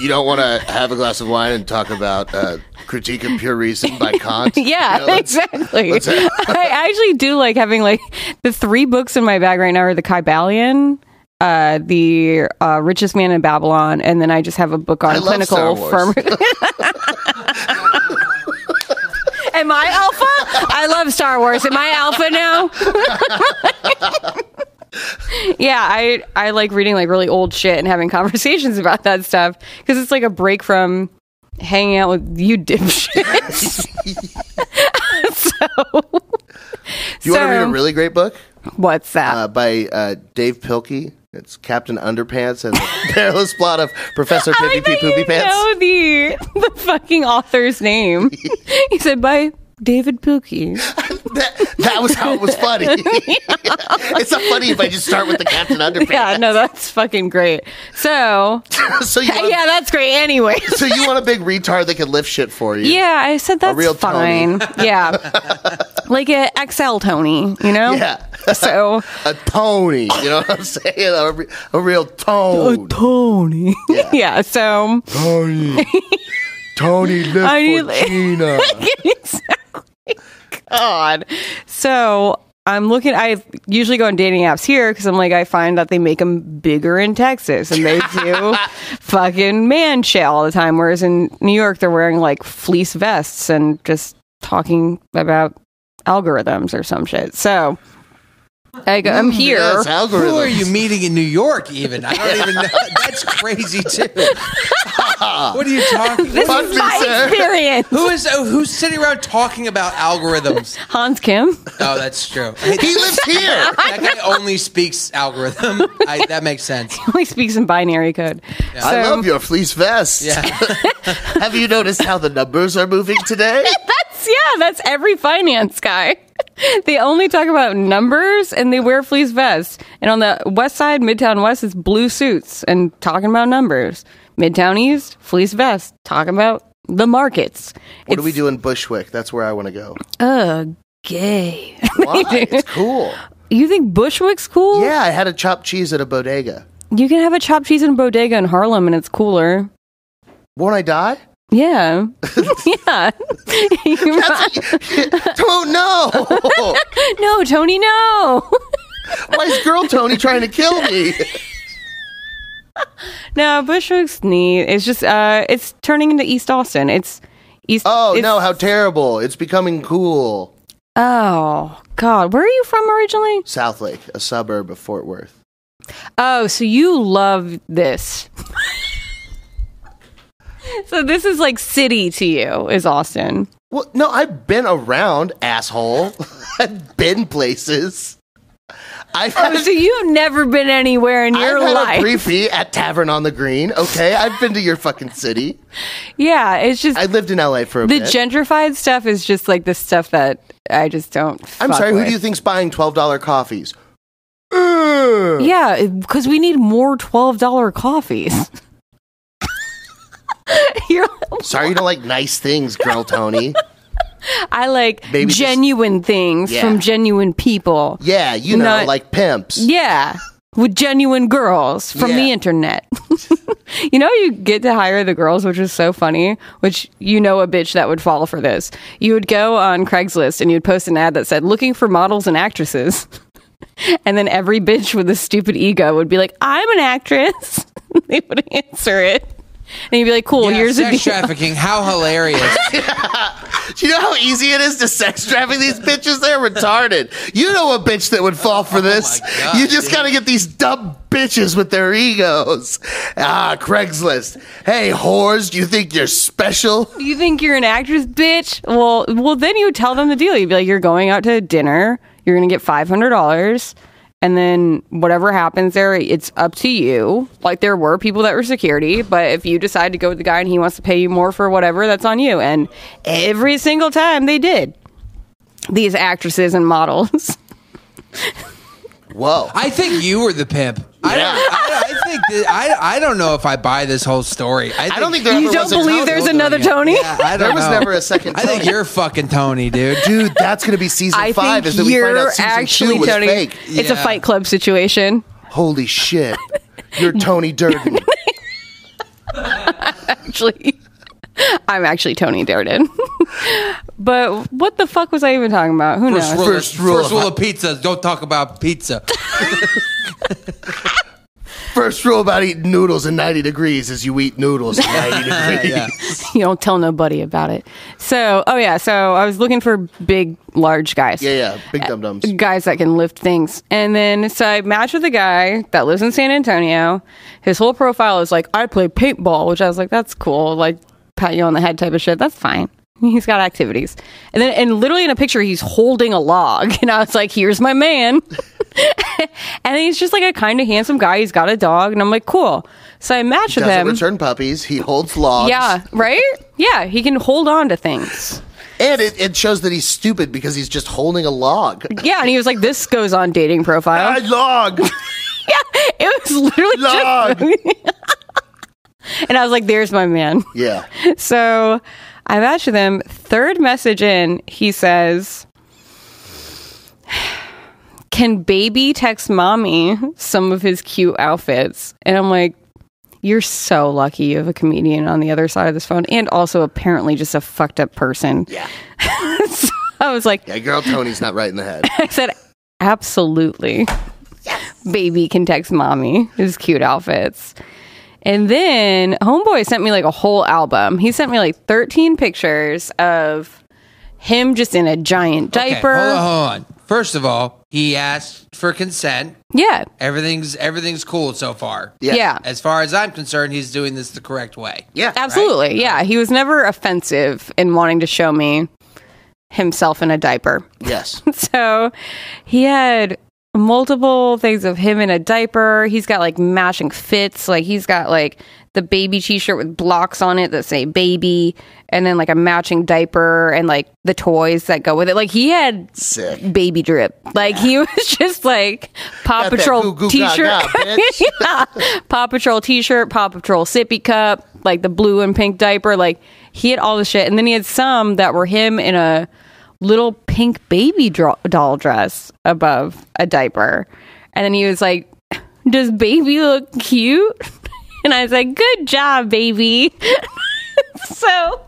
[SPEAKER 1] You don't want to have a glass of wine and talk about uh, critique of pure reason by Kant.
[SPEAKER 2] Yeah,
[SPEAKER 1] You know, it's-
[SPEAKER 2] exactly.
[SPEAKER 1] let's-
[SPEAKER 2] I actually do like having like the three books in my bag right now are the Kybalion, uh, the uh, Richest Man in Babylon, and then I just have a book on
[SPEAKER 1] I love Star
[SPEAKER 2] clinical
[SPEAKER 1] Wars.
[SPEAKER 2] firm. Am I alpha? I love Star Wars. Am I alpha now? yeah, I I like reading like really old shit and having conversations about that stuff because it's like a break from hanging out with you dipshits. so
[SPEAKER 1] you want to read a
[SPEAKER 2] So-
[SPEAKER 1] really great book
[SPEAKER 2] what's that?
[SPEAKER 1] uh, by uh, Dave Pilkey? It's Captain Underpants and the Perilous Plot of Professor
[SPEAKER 2] I
[SPEAKER 1] Pippy
[SPEAKER 2] like
[SPEAKER 1] Pee
[SPEAKER 2] that
[SPEAKER 1] Poopy
[SPEAKER 2] you
[SPEAKER 1] Pants.
[SPEAKER 2] know the the fucking author's name. he said by David Pilkey.
[SPEAKER 1] That, that was how it was funny. it's not funny if I just start with the Captain Underpants.
[SPEAKER 2] Yeah, no, that's fucking great. So
[SPEAKER 1] so you want,
[SPEAKER 2] yeah, that's great. Anyway.
[SPEAKER 1] so you want a big retard that can lift shit for you?
[SPEAKER 2] Yeah, I said that's
[SPEAKER 1] real Tony."
[SPEAKER 2] fine. Yeah. like a XL Tony, you know?
[SPEAKER 1] Yeah.
[SPEAKER 2] So
[SPEAKER 1] A Tony, you know what I'm saying? A, re- a real
[SPEAKER 2] Oh,
[SPEAKER 1] Tone.
[SPEAKER 2] Tony. Yeah. so
[SPEAKER 1] Tony. Tony lift
[SPEAKER 2] I need-
[SPEAKER 1] Gina.
[SPEAKER 2] God. So I'm looking I usually go on dating apps here cuz I'm like I find that they make them bigger in Texas and they do fucking man shit all the time whereas in New York they're wearing like fleece vests and just talking about algorithms or some shit. So I go, I'm here.
[SPEAKER 1] Mm, Yes, algorithm.
[SPEAKER 3] Who are you meeting in New York? Even I don't even know. That's crazy too. what are you talking?
[SPEAKER 2] This
[SPEAKER 1] Fuck
[SPEAKER 2] is
[SPEAKER 1] me,
[SPEAKER 2] my
[SPEAKER 1] sir.
[SPEAKER 2] experience.
[SPEAKER 3] Who is uh, who's sitting around talking about algorithms?
[SPEAKER 2] Hans Kim.
[SPEAKER 3] Oh, that's true. I mean,
[SPEAKER 1] He lives here.
[SPEAKER 3] that guy only speaks algorithm. I, that makes sense.
[SPEAKER 2] only speaks in binary code.
[SPEAKER 1] I
[SPEAKER 2] So-
[SPEAKER 1] love your fleece vest.
[SPEAKER 3] Yeah.
[SPEAKER 1] Have you noticed how the numbers are moving today?
[SPEAKER 2] That's yeah, that's every finance guy. They only talk about numbers and they wear fleece vests. And on the west side, Midtown West, it's blue suits and talking about numbers. Midtown East, fleece vests, talking about the markets.
[SPEAKER 1] What do we do in Bushwick? That's where I want to go.
[SPEAKER 2] Uh, gay.
[SPEAKER 1] Why? It's cool.
[SPEAKER 2] you think Bushwick's cool?
[SPEAKER 1] Yeah, I had a chopped cheese at a bodega.
[SPEAKER 2] You can have a chopped cheese and bodega in Harlem and it's cooler.
[SPEAKER 1] Won't I die?
[SPEAKER 2] Yeah. yeah. You can buy-
[SPEAKER 1] Don't know.
[SPEAKER 2] no, Tony, no.
[SPEAKER 1] Why is girl Tony trying to kill me?
[SPEAKER 2] No, Bushwick's neat. It's just uh, it's turning into East Austin. It's East.
[SPEAKER 1] Oh
[SPEAKER 2] it's-
[SPEAKER 1] no, how terrible! It's becoming cool.
[SPEAKER 2] Oh God, where are you from originally?
[SPEAKER 1] Southlake, a suburb of Fort Worth.
[SPEAKER 2] Oh, so you love this. so this is like city to you is Austin.
[SPEAKER 1] Well, no, I've been around, asshole. I've been places. I've had,
[SPEAKER 2] Oh, so you've never been anywhere in your
[SPEAKER 1] I've had
[SPEAKER 2] life.
[SPEAKER 1] a briefie at Tavern on the Green. Okay, I've been to your fucking city.
[SPEAKER 2] yeah, it's just
[SPEAKER 1] I lived in LA for a
[SPEAKER 2] the
[SPEAKER 1] bit.
[SPEAKER 2] gentrified stuff is just like the stuff that I just don't.
[SPEAKER 1] I'm
[SPEAKER 2] fuck
[SPEAKER 1] sorry. Who
[SPEAKER 2] with.
[SPEAKER 1] do you think's buying twelve dollar coffees? Ugh.
[SPEAKER 2] Yeah, because we need more twelve dollar coffees. You're,
[SPEAKER 1] Sorry, you don't like nice things, girl Tony.
[SPEAKER 2] I like
[SPEAKER 1] Maybe just-
[SPEAKER 2] genuine things
[SPEAKER 1] Yeah.
[SPEAKER 2] from genuine people.
[SPEAKER 1] Yeah, you know,
[SPEAKER 2] Not-
[SPEAKER 1] like pimps.
[SPEAKER 2] Yeah, with genuine girls from the
[SPEAKER 1] Yeah.
[SPEAKER 2] internet. you know, you get to hire the girls, which is so funny. Which you know, a bitch that would fall for this. You would go on Craigslist and you'd post an ad that said "looking for models and actresses," and then every bitch with a stupid ego would be like, "I'm an actress." they would answer it, and you'd be like, "Cool,
[SPEAKER 3] Yeah,
[SPEAKER 2] here's a
[SPEAKER 3] sex
[SPEAKER 2] deal."
[SPEAKER 3] trafficking. How hilarious!
[SPEAKER 1] Do you know how easy it is to sex traffic these bitches? They're retarded. You know a bitch that would fall for this.
[SPEAKER 3] Oh God,
[SPEAKER 1] you just
[SPEAKER 3] dude.
[SPEAKER 1] gotta get these dumb bitches with their egos. Ah, Craigslist. Hey, whores, do you think you're special?
[SPEAKER 2] you think you're an actress, bitch? Well, well, then you tell them the deal. You'd be like, you're going out to dinner. You're gonna get five hundred dollars, and then whatever happens there, it's up to you. Like there were people that were security, but if you decide to go with the guy and he wants to pay you more for whatever, that's on you. And every single time they did, these actresses and models.
[SPEAKER 1] Whoa.
[SPEAKER 3] I think you were the pimp. I, don't,
[SPEAKER 1] Yeah.
[SPEAKER 3] I, I think that, I I don't know if I buy this whole story. I,
[SPEAKER 1] I don't think there
[SPEAKER 2] you
[SPEAKER 1] ever
[SPEAKER 2] don't
[SPEAKER 1] was a
[SPEAKER 2] believe
[SPEAKER 1] Tony.
[SPEAKER 2] there's another Tony?
[SPEAKER 3] Yeah, I don't
[SPEAKER 1] There was
[SPEAKER 3] know.
[SPEAKER 1] never a second
[SPEAKER 3] I think
[SPEAKER 1] Tony.
[SPEAKER 3] you're fucking Tony, dude.
[SPEAKER 1] Dude, that's gonna be season
[SPEAKER 2] I
[SPEAKER 1] five. Is that
[SPEAKER 2] think
[SPEAKER 1] we find out
[SPEAKER 2] you're
[SPEAKER 1] season
[SPEAKER 2] actually
[SPEAKER 1] two was
[SPEAKER 2] Tony.
[SPEAKER 1] fake?
[SPEAKER 2] It's a
[SPEAKER 3] Yeah.
[SPEAKER 2] Fight Club situation.
[SPEAKER 1] Holy shit, you're Tony Durden.
[SPEAKER 2] Actually, I'm actually Tony Darden. but what the fuck was I even talking about? Who
[SPEAKER 3] First
[SPEAKER 2] knows?
[SPEAKER 3] rule,
[SPEAKER 1] First rule
[SPEAKER 3] first
[SPEAKER 1] of-
[SPEAKER 3] rule of pizza: don't talk about pizza.
[SPEAKER 1] First rule about eating noodles in 90 degrees is you eat noodles in 90 degrees.
[SPEAKER 3] yeah.
[SPEAKER 2] you don't tell nobody about it. So, oh yeah, so I was looking for big, large guys.
[SPEAKER 1] Yeah, yeah. Big dum dums.
[SPEAKER 2] Guys that can lift things. And then, so I matched with a guy that lives in San Antonio. His whole profile is like, I play paintball, which I was like, that's cool. Like, pat you on the head type of shit. That's fine. He's got activities. And then, and literally in a picture, he's holding a log. And I was like, here's my man. and he's just like a kind of handsome guy. He's got a dog. And I'm like, cool. So I matched with
[SPEAKER 1] Doesn't
[SPEAKER 2] him.
[SPEAKER 1] return puppies. He holds logs.
[SPEAKER 2] Yeah, right? Yeah, he can hold on to things.
[SPEAKER 1] And it, it shows that he's stupid because he's just holding a log.
[SPEAKER 2] Yeah, and he was like, this goes on dating profile.
[SPEAKER 1] A log.
[SPEAKER 2] It was literally
[SPEAKER 1] Log.
[SPEAKER 2] just, and I was like, there's my man.
[SPEAKER 1] yeah.
[SPEAKER 2] So I matched with him. Third message in, he says, Can baby text mommy some of his cute outfits? And I'm like, You're so lucky you have a comedian on the other side of this phone and also apparently just a fucked up person.
[SPEAKER 1] Yeah.
[SPEAKER 2] So I was like,
[SPEAKER 1] Yeah, girl Tony's not right in the head.
[SPEAKER 2] I said, absolutely. Baby can text mommy his cute outfits. And then Homeboy sent me like a whole album. He sent me like 13 pictures of him just in a giant
[SPEAKER 3] Okay,
[SPEAKER 2] diaper.
[SPEAKER 3] hold on, hold on. First of all, he asked for consent.
[SPEAKER 2] yeah.
[SPEAKER 3] Everything's everything's cool so far.
[SPEAKER 1] Yeah.
[SPEAKER 2] Yeah.
[SPEAKER 3] As far as I'm concerned, he's doing this the correct way.
[SPEAKER 1] Yeah.
[SPEAKER 2] Absolutely. Yeah. He was never offensive in wanting to show me himself in a diaper.
[SPEAKER 1] Yes.
[SPEAKER 2] so he had multiple things of him in a diaper. He's got like matching fits. Like he's got like the baby t-shirt with blocks on it that say baby and then like a matching diaper and like the toys that go with it. Like he had
[SPEAKER 1] Sick.
[SPEAKER 2] baby drip. Like he was just like Paw
[SPEAKER 1] Got that
[SPEAKER 2] Patrol
[SPEAKER 1] goo goo
[SPEAKER 2] t-shirt.
[SPEAKER 1] gaga, bitch.
[SPEAKER 2] Yeah. Paw Patrol t-shirt, Paw Patrol sippy cup, like the blue and pink diaper, like he had all the shit. And then he had some that were him in a little pink baby dro- doll dress above a diaper. And then he was like, "Does baby look cute?" And I was like, "Good job, baby." so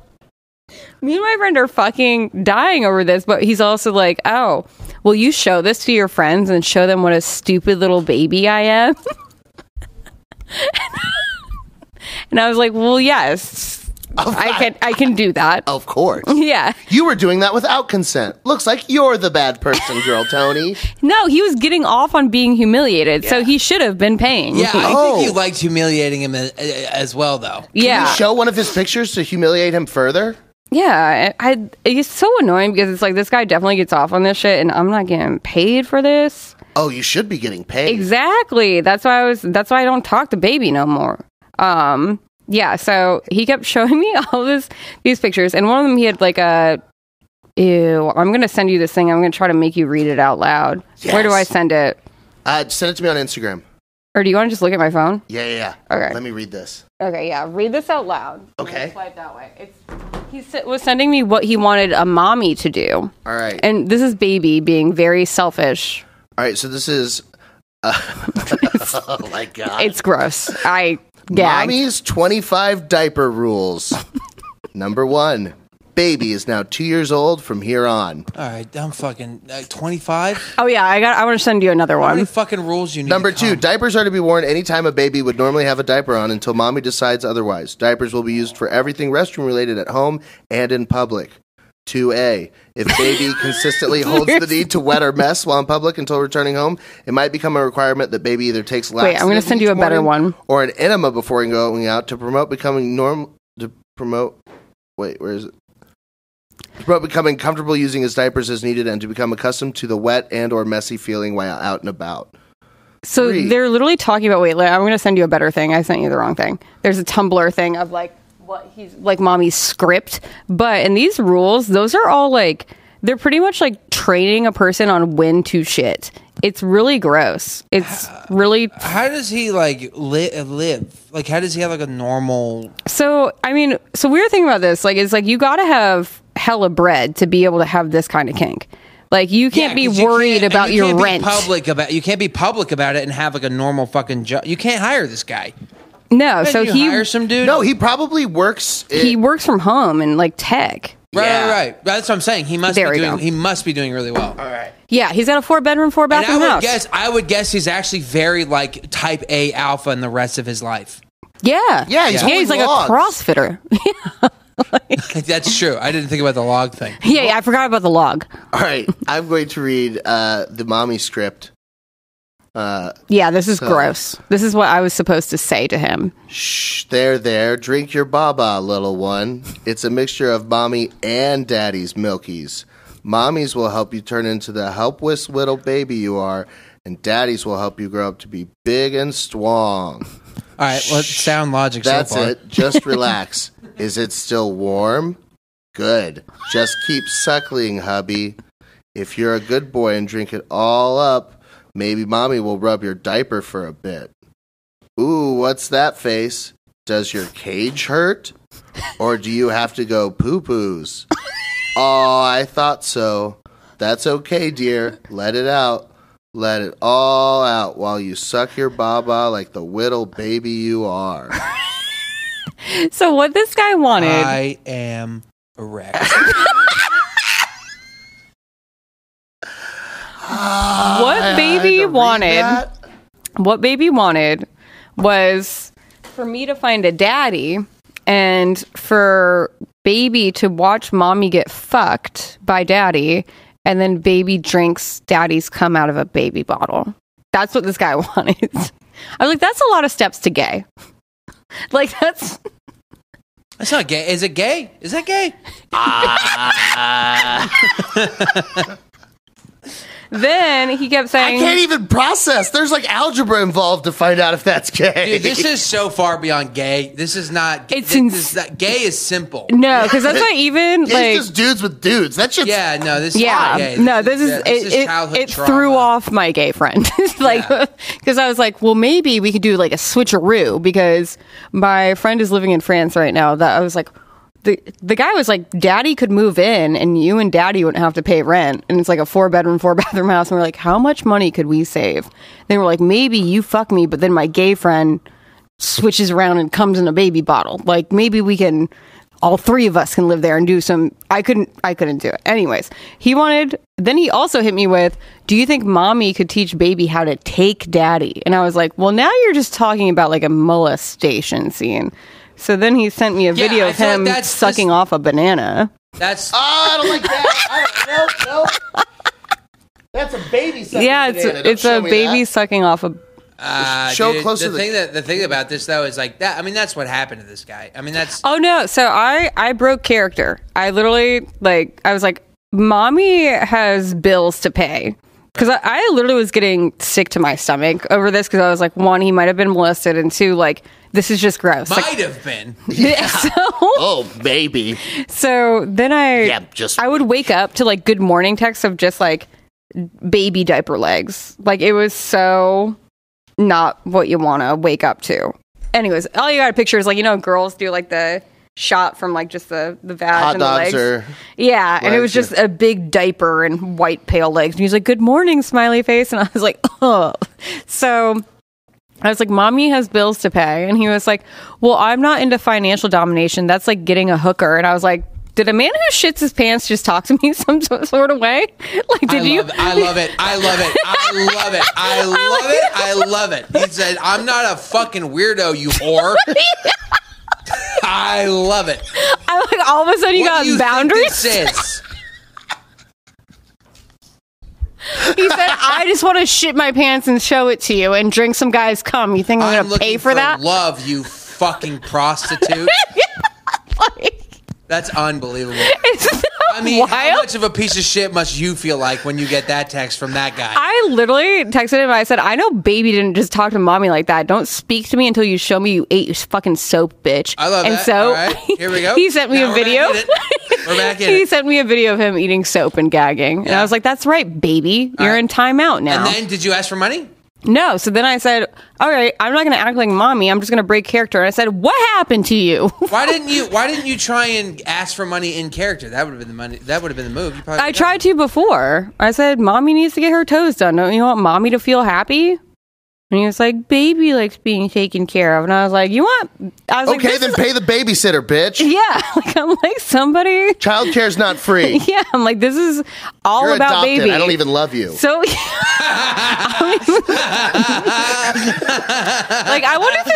[SPEAKER 2] me and my friend are fucking dying over this, but he's also like, oh, will you show this to your friends and show them what a stupid little baby I am? and I was like, well, yes, I can, I can do that.
[SPEAKER 1] Of course.
[SPEAKER 2] Yeah.
[SPEAKER 1] You were doing that without consent. Looks like you're the bad person, girl Tony.
[SPEAKER 2] No, he was getting off on being humiliated, so he should have been paying.
[SPEAKER 3] Yeah, I
[SPEAKER 1] Oh.
[SPEAKER 3] think you liked humiliating him as, as well, though.
[SPEAKER 2] Yeah.
[SPEAKER 1] Show one of his pictures to humiliate him further.
[SPEAKER 2] Yeah, I, I it's so annoying because it's like this guy definitely gets off on this shit, and I'm not getting paid for this.
[SPEAKER 1] Oh, you should be getting paid.
[SPEAKER 2] Exactly. That's why I was. That's why I don't talk to baby no more. Um. Yeah. So he kept showing me all this these pictures, and one of them he had like a. Ew! I'm gonna send you this thing. I'm gonna try to make you read it out loud. Where do
[SPEAKER 1] Yes.
[SPEAKER 2] I send it?
[SPEAKER 1] Uh, send it to me on Instagram.
[SPEAKER 2] Or do you want to just look at my phone?
[SPEAKER 1] Yeah, yeah, yeah.
[SPEAKER 2] Okay.
[SPEAKER 1] Let me read this.
[SPEAKER 2] Okay. Yeah. Read this out loud.
[SPEAKER 1] Okay.
[SPEAKER 2] Swipe that way. It's he s- was sending me what he wanted a mommy to do,
[SPEAKER 1] All right.
[SPEAKER 2] and this is baby being very selfish.
[SPEAKER 1] All right. So this is. Uh, oh my god.
[SPEAKER 2] It's gross. I gagged.
[SPEAKER 1] Mommy's 25 diaper rules. Number one, baby is now two years old from here on.
[SPEAKER 3] All right, I'm fucking uh, 25.
[SPEAKER 2] Oh yeah, I got. I want to send you another
[SPEAKER 3] How
[SPEAKER 2] one.
[SPEAKER 3] many fucking rules you need?
[SPEAKER 1] Number
[SPEAKER 3] to
[SPEAKER 1] two,
[SPEAKER 3] come?
[SPEAKER 1] diapers are to be worn anytime a baby would normally have a diaper on until mommy decides otherwise. Diapers will be used for everything restroom related at home and in public. 2A. If baby consistently holds the need to wet or mess while in public until returning home, it might become a requirement that baby either takes laxatives
[SPEAKER 2] I'm gonna send you
[SPEAKER 1] each
[SPEAKER 2] a better
[SPEAKER 1] morning
[SPEAKER 2] one.
[SPEAKER 1] or an enema before going out to promote becoming norm to promote wait, where is it? To promote becoming comfortable using his diapers as needed and to become accustomed to the wet and or messy feeling while out and about.
[SPEAKER 2] So
[SPEAKER 1] Three.
[SPEAKER 2] they're literally talking about. Wait, I'm going to send you a better thing. I sent you the wrong thing. There's a Tumblr thing of like what he's like mommy's script, but in these rules, those are all like they're pretty much like training a person on when to shit. It's really gross. It's really
[SPEAKER 3] How does he like li- uh, live? Like, how does he have like a normal?
[SPEAKER 2] so. I mean, so we were thinking about this. Like, it's like you got to have hella bread to be able to have this kind of kink. Like, you can't
[SPEAKER 3] Yeah, 'cause
[SPEAKER 2] be
[SPEAKER 3] you
[SPEAKER 2] worried
[SPEAKER 3] can't- and
[SPEAKER 2] about
[SPEAKER 3] you
[SPEAKER 2] your
[SPEAKER 3] can't be
[SPEAKER 2] rent.
[SPEAKER 3] Public about you can't be public about it and have like a normal fucking job. You can't hire this guy.
[SPEAKER 2] No, so
[SPEAKER 3] you
[SPEAKER 2] he
[SPEAKER 3] hire some dude.
[SPEAKER 1] No, he probably works.
[SPEAKER 2] he
[SPEAKER 1] in-
[SPEAKER 2] works from home and like tech.
[SPEAKER 3] right,
[SPEAKER 1] Yeah.
[SPEAKER 3] right, right. That's what I'm saying. He must
[SPEAKER 2] There
[SPEAKER 3] be
[SPEAKER 2] we
[SPEAKER 3] doing.
[SPEAKER 2] go.
[SPEAKER 3] He must be doing really well.
[SPEAKER 1] All right.
[SPEAKER 2] Yeah, he's got a four bedroom, four
[SPEAKER 3] And I
[SPEAKER 2] bathroom
[SPEAKER 3] would
[SPEAKER 2] house.
[SPEAKER 3] guess. I would guess he's actually very like type A alpha in the rest of his life.
[SPEAKER 2] yeah,
[SPEAKER 1] Yeah, he's
[SPEAKER 2] he's
[SPEAKER 1] mowing
[SPEAKER 2] like
[SPEAKER 1] lawns.
[SPEAKER 2] a CrossFitter.
[SPEAKER 3] That's true. I didn't think about the log thing.
[SPEAKER 2] yeah, yeah, I forgot about the log.
[SPEAKER 1] All right. I'm going to read uh, the mommy script. Uh,
[SPEAKER 2] Yeah, this is
[SPEAKER 1] So-
[SPEAKER 2] gross. This is what I was supposed to say to him.
[SPEAKER 1] Shh, there, there. Drink your baba, little one. It's a mixture of mommy and daddy's milkies. Mommies will help you turn into the helpless little baby you are, and daddies will help you grow up to be big and strong.
[SPEAKER 3] All right. Well, sound logic.
[SPEAKER 1] That's
[SPEAKER 3] so far.
[SPEAKER 1] it. Just relax. Is it still warm? Good. Just keep suckling, hubby. If you're a good boy and drink it all up, maybe mommy will rub your diaper for a bit. Ooh, what's that face? Does your cage hurt? Or do you have to go poo poos? oh, I thought so. That's okay, dear. Let it out. Let it all out while you suck your baba like the little baby you are.
[SPEAKER 2] So what this guy wanted?
[SPEAKER 3] I am erect.
[SPEAKER 2] What
[SPEAKER 1] I
[SPEAKER 2] baby
[SPEAKER 1] had to read
[SPEAKER 2] wanted-
[SPEAKER 1] that.
[SPEAKER 2] what baby wanted was for me to find a daddy and for baby to watch mommy get fucked by daddy and then baby drinks daddy's come out of a baby bottle that's what this guy wanted i was like that's a lot of steps to gay like that's
[SPEAKER 3] That's not gay. Is it gay? Is that gay?
[SPEAKER 2] then he kept
[SPEAKER 1] I
[SPEAKER 2] saying
[SPEAKER 1] can't e- even process. There's like algebra involved to find out if that's gay.
[SPEAKER 3] Dude, this is so far beyond gay. This is not.
[SPEAKER 2] It's
[SPEAKER 3] this
[SPEAKER 2] ins-
[SPEAKER 3] is not- gay is simple.
[SPEAKER 2] no because that's not even
[SPEAKER 1] It's
[SPEAKER 2] like
[SPEAKER 1] just dudes with dudes. That shit's
[SPEAKER 3] Yeah, no, this is not
[SPEAKER 2] Yeah.
[SPEAKER 3] gay.
[SPEAKER 2] No, this is,
[SPEAKER 3] yeah,
[SPEAKER 2] it,
[SPEAKER 3] childhood
[SPEAKER 2] it, it
[SPEAKER 3] trauma.
[SPEAKER 2] threw off my gay friend. like,
[SPEAKER 3] Yeah.
[SPEAKER 2] because I was like, well, maybe we could do like a switcheroo because my friend is living in France right now. That I was like, the, the guy was like, Daddy could move in and you and Daddy wouldn't have to pay rent. And it's like a four bedroom, four bathroom house. And we're like, how much money could we save? They were like, maybe you fuck me, but then my gay friend switches around and comes in a baby bottle. Like maybe we can all three of us can live there and do some I couldn't I couldn't do it. Anyways, he wanted then he also hit me with, "Do you think mommy could teach baby how to take daddy?" And I was like, "Well, now you're just talking about like a molestation scene." So then he sent me a
[SPEAKER 3] Yeah,
[SPEAKER 2] video
[SPEAKER 3] I
[SPEAKER 2] of
[SPEAKER 3] feel like
[SPEAKER 2] him
[SPEAKER 3] that's
[SPEAKER 2] sucking
[SPEAKER 3] just-
[SPEAKER 2] off a banana.
[SPEAKER 3] That's
[SPEAKER 1] Ah, I don't like that. I don't, no, no. That's a baby. sucking
[SPEAKER 2] yeah, it's
[SPEAKER 1] banana. Don't
[SPEAKER 2] it's
[SPEAKER 1] show
[SPEAKER 2] a
[SPEAKER 1] me
[SPEAKER 2] baby
[SPEAKER 1] that.
[SPEAKER 2] sucking off a
[SPEAKER 3] uh,
[SPEAKER 1] show
[SPEAKER 3] dude,
[SPEAKER 1] closer
[SPEAKER 3] The
[SPEAKER 1] the-
[SPEAKER 3] thing that the thing about this though is like that. I mean, that's what happened to this guy. I mean, that's
[SPEAKER 2] Oh no! So I I broke character. I literally like I was like, mommy has bills to pay because I, I literally was getting sick to my stomach over this because I was like, one, he might have been molested, and two, like this is just gross. Like,
[SPEAKER 3] might have been.
[SPEAKER 2] so
[SPEAKER 1] Oh, baby.
[SPEAKER 2] so then I
[SPEAKER 1] Yeah, just-
[SPEAKER 2] I would wake up to like good morning texts of just like baby diaper legs. Like it was so not what you want to wake up to. Anyways, all you got to picture is like you know girls do like the shot from like just the the vag
[SPEAKER 1] Hot
[SPEAKER 2] and the
[SPEAKER 1] dogs
[SPEAKER 2] legs.
[SPEAKER 1] are.
[SPEAKER 2] yeah, and it was
[SPEAKER 1] legs,
[SPEAKER 2] just a big diaper and white pale legs. And he was like, "Good morning, smiley face," and I was like, "Oh." So I was like, "Mommy has bills to pay," and he was like, "Well, I'm not into financial domination. That's like getting a hooker." And I was like, "Did a man who shits his pants just talk to me some so- sort of way? Like, did
[SPEAKER 3] I
[SPEAKER 2] you?"
[SPEAKER 3] love, I love it. I love it. I love it. I love it. I love it. He said, "I'm not a fucking weirdo, you whore." I love it.
[SPEAKER 2] I'm like, all of a sudden you
[SPEAKER 3] What
[SPEAKER 2] got
[SPEAKER 3] do you
[SPEAKER 2] boundaries.
[SPEAKER 3] Think this is?
[SPEAKER 2] he said, "I just want to shit my pants and show it to you and drink some guys cum. You think I'm,
[SPEAKER 3] I'm
[SPEAKER 2] gonna
[SPEAKER 3] looking
[SPEAKER 2] pay for, that?"
[SPEAKER 3] Love you, fucking prostitute.
[SPEAKER 2] Like,
[SPEAKER 3] That's unbelievable.
[SPEAKER 2] it's not
[SPEAKER 3] I mean,
[SPEAKER 2] wild.
[SPEAKER 3] how much of a piece of shit must you feel like when you get that text from that guy?
[SPEAKER 2] I literally texted him. I said, "I know, baby didn't just talk to mommy like that. Don't speak to me until you show me you ate your fucking soap, bitch."
[SPEAKER 3] I love
[SPEAKER 2] and
[SPEAKER 3] that.
[SPEAKER 2] So
[SPEAKER 3] All right, here we go.
[SPEAKER 2] he sent me
[SPEAKER 3] Now
[SPEAKER 2] a
[SPEAKER 3] we're back
[SPEAKER 2] video.
[SPEAKER 3] in it. We're back in
[SPEAKER 2] he
[SPEAKER 3] it.
[SPEAKER 2] sent me a video of him eating soap and gagging, and
[SPEAKER 3] Yeah.
[SPEAKER 2] I was like, "That's right, baby. You're
[SPEAKER 3] right.
[SPEAKER 2] in timeout now."
[SPEAKER 3] And then, did you ask for money?
[SPEAKER 2] no. So then I said, "All right, I'm not going to act like mommy. I'm just going to break character." And I said, "What happened to you?"
[SPEAKER 3] Why didn't you? Why didn't you try and ask for money in character? That would have been the money. That would have been the move. You probably
[SPEAKER 2] I tried to before. I said, "Mommy needs to get her toes done. Don't you want mommy to feel happy?" And he was like, baby likes being taken care of. And I was like, you want? I was
[SPEAKER 1] Okay,
[SPEAKER 2] like,
[SPEAKER 1] then
[SPEAKER 2] this
[SPEAKER 1] pay the babysitter, bitch.
[SPEAKER 2] is- yeah. Like, I'm like, somebody.
[SPEAKER 1] Childcare's not free.
[SPEAKER 2] Yeah. I'm like, this is all
[SPEAKER 1] You're
[SPEAKER 2] about
[SPEAKER 1] adopted.
[SPEAKER 2] baby.
[SPEAKER 1] I don't even love you.
[SPEAKER 2] So, like, I wonder if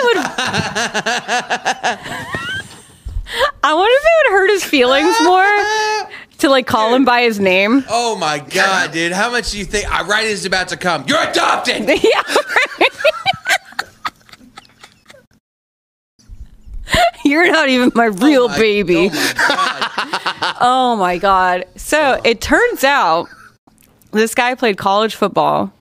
[SPEAKER 2] it would. I wonder if it would hurt his feelings more to like call him by his name.
[SPEAKER 3] Oh my god, dude! How much do you think? I right is about to come. You're adopted.
[SPEAKER 2] Yeah. You're not even my real baby.
[SPEAKER 3] Oh my god.
[SPEAKER 2] Oh my god.
[SPEAKER 3] Oh.
[SPEAKER 2] So it turns out this guy played college football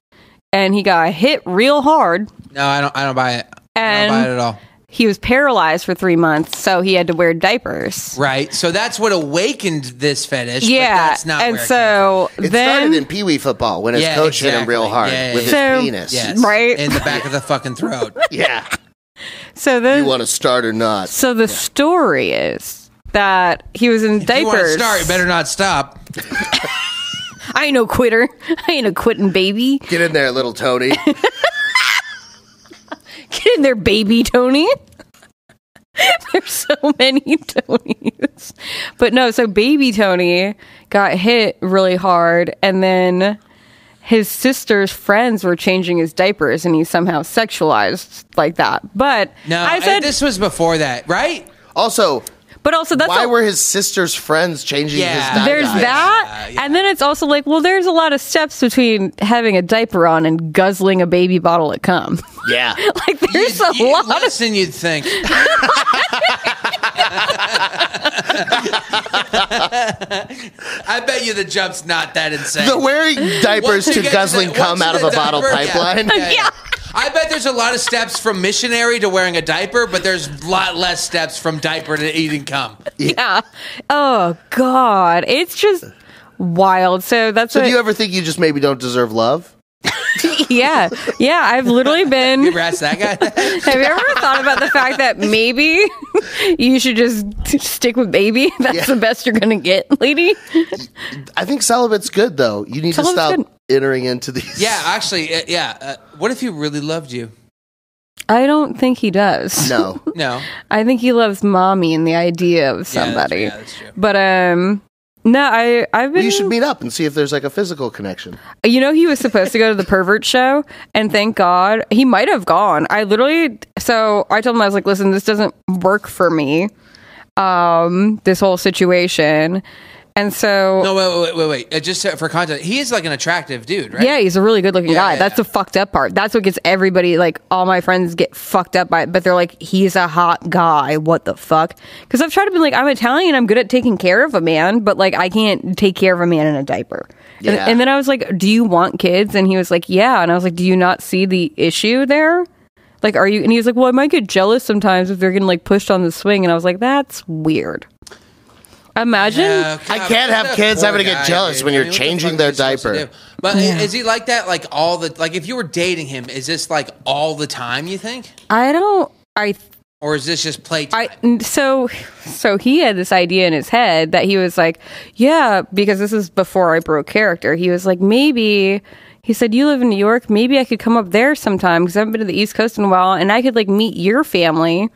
[SPEAKER 2] and he got hit real hard
[SPEAKER 3] No, I don't. I don't buy it. I don't buy it at
[SPEAKER 2] and
[SPEAKER 3] all.
[SPEAKER 2] he was paralyzed for three months, so he had to wear diapers.
[SPEAKER 3] Right. So that's what awakened this fetish.
[SPEAKER 2] Yeah.
[SPEAKER 3] But that's not.
[SPEAKER 2] and
[SPEAKER 3] where it
[SPEAKER 2] so
[SPEAKER 1] it
[SPEAKER 2] then
[SPEAKER 1] started in pee wee football when his
[SPEAKER 3] Yeah,
[SPEAKER 1] coach hit him real
[SPEAKER 3] exactly.
[SPEAKER 1] hard
[SPEAKER 3] Yeah, yeah,
[SPEAKER 1] with his
[SPEAKER 2] yeah. So-
[SPEAKER 1] penis.
[SPEAKER 3] came from. Yes,
[SPEAKER 2] right?
[SPEAKER 3] in the back of the fucking throat.
[SPEAKER 1] Yeah.
[SPEAKER 2] so then
[SPEAKER 1] You want to start or not?
[SPEAKER 2] so the story is that he was in
[SPEAKER 3] You want to
[SPEAKER 2] diapers.
[SPEAKER 3] start? You better not stop.
[SPEAKER 2] I ain't no quitter. I ain't a quitting baby.
[SPEAKER 1] Get in there, little Tony.
[SPEAKER 2] Get in there, baby Tony. There's so many Tonys. But no, so baby Tony got hit really hard, and then his sister's friends were changing his diapers, and he somehow sexualized like that. But
[SPEAKER 3] No,
[SPEAKER 2] I
[SPEAKER 3] I-
[SPEAKER 2] said,
[SPEAKER 3] this was before that, right?
[SPEAKER 1] also,
[SPEAKER 2] but also that's
[SPEAKER 1] why
[SPEAKER 2] a-
[SPEAKER 1] were his sister's friends changing
[SPEAKER 3] Yeah.
[SPEAKER 1] his diet?
[SPEAKER 2] there's
[SPEAKER 3] Yeah,
[SPEAKER 2] that,
[SPEAKER 3] yeah.
[SPEAKER 2] and then it's also like, well, there's a lot of steps between having a diaper on and guzzling a baby bottle of cum.
[SPEAKER 1] Yeah.
[SPEAKER 2] like there's a
[SPEAKER 3] You- you-
[SPEAKER 2] lot of
[SPEAKER 3] less than you'd think. I bet you the jump's not that insane.
[SPEAKER 1] The wearing diapers
[SPEAKER 3] Once you
[SPEAKER 1] to
[SPEAKER 3] get
[SPEAKER 1] guzzling
[SPEAKER 3] the-
[SPEAKER 1] cum
[SPEAKER 3] once
[SPEAKER 1] out of
[SPEAKER 3] the
[SPEAKER 1] a bottle
[SPEAKER 3] diaper- yeah,
[SPEAKER 1] pipeline.
[SPEAKER 2] Yeah.
[SPEAKER 3] I bet there's a lot of steps from missionary to wearing a diaper, but there's a lot less steps from diaper to eating cum.
[SPEAKER 2] yeah. Oh God, it's just wild. So that's
[SPEAKER 1] So
[SPEAKER 2] what,
[SPEAKER 1] do you ever think you just maybe don't deserve love?
[SPEAKER 2] yeah, yeah. I've literally been.
[SPEAKER 3] You ever ask that guy?
[SPEAKER 2] Have you ever thought about the fact that maybe you should just stick with baby? That's the best you're gonna get, lady.
[SPEAKER 1] I think celibate's good though. You need
[SPEAKER 2] Celibate's
[SPEAKER 1] to
[SPEAKER 2] good.
[SPEAKER 1] stop entering into these.
[SPEAKER 3] yeah, actually, uh, yeah. Uh, what if he really loved you?
[SPEAKER 2] I don't think he does.
[SPEAKER 1] No.
[SPEAKER 3] No.
[SPEAKER 2] I think he loves mommy and the idea of
[SPEAKER 3] Yeah, that's-
[SPEAKER 2] somebody.
[SPEAKER 3] Yeah, that's true.
[SPEAKER 2] But um, no, I I've been.
[SPEAKER 1] You should meet up and see if there's like a physical connection.
[SPEAKER 2] You know, he was supposed to go to the pervert show, and thank God he might have gone. I literally, so I told him, I was like, listen, this doesn't work for me, um, this whole situation. And so,
[SPEAKER 3] No, wait, wait, wait, wait. Uh, just uh, for context, he is like an attractive dude, right?
[SPEAKER 2] yeah, he's a really good looking guy.
[SPEAKER 3] yeah,
[SPEAKER 2] That's the
[SPEAKER 3] yeah.
[SPEAKER 2] fucked up part. That's what gets everybody, like, all my friends get fucked up by it, but they're like, he's a hot guy. What the fuck? Because I've tried to be like, I'm Italian, I'm good at taking care of a man, but like, I can't take care of a man in a diaper. And-
[SPEAKER 1] Yeah.
[SPEAKER 2] and then I was like, do you want kids? And he was like, yeah. And I was like, do you not see the issue there? Like, are you? And he was like, well, I might get jealous sometimes if they're getting like pushed on the swing. And I was like, that's weird. Imagine.
[SPEAKER 3] Yeah, God,
[SPEAKER 1] I can't have
[SPEAKER 3] that
[SPEAKER 1] kids. I'm
[SPEAKER 3] poor
[SPEAKER 1] gonna get
[SPEAKER 3] guy,
[SPEAKER 1] jealous
[SPEAKER 3] dude.
[SPEAKER 1] when you're
[SPEAKER 3] what the
[SPEAKER 1] changing
[SPEAKER 3] fuck
[SPEAKER 1] their
[SPEAKER 3] are you supposed to
[SPEAKER 1] diaper.
[SPEAKER 3] do? But i- is he like that? Like all the like, if you were dating him, is this like all the time? You think,
[SPEAKER 2] I don't. I
[SPEAKER 3] or is this just playtime?
[SPEAKER 2] I n- so so he had this idea in his head that he was like, yeah, because this is before I broke character. He was like, maybe he said you live in New York, maybe I could come up there sometime because I haven't been to the East Coast in a while, and I could like meet your family,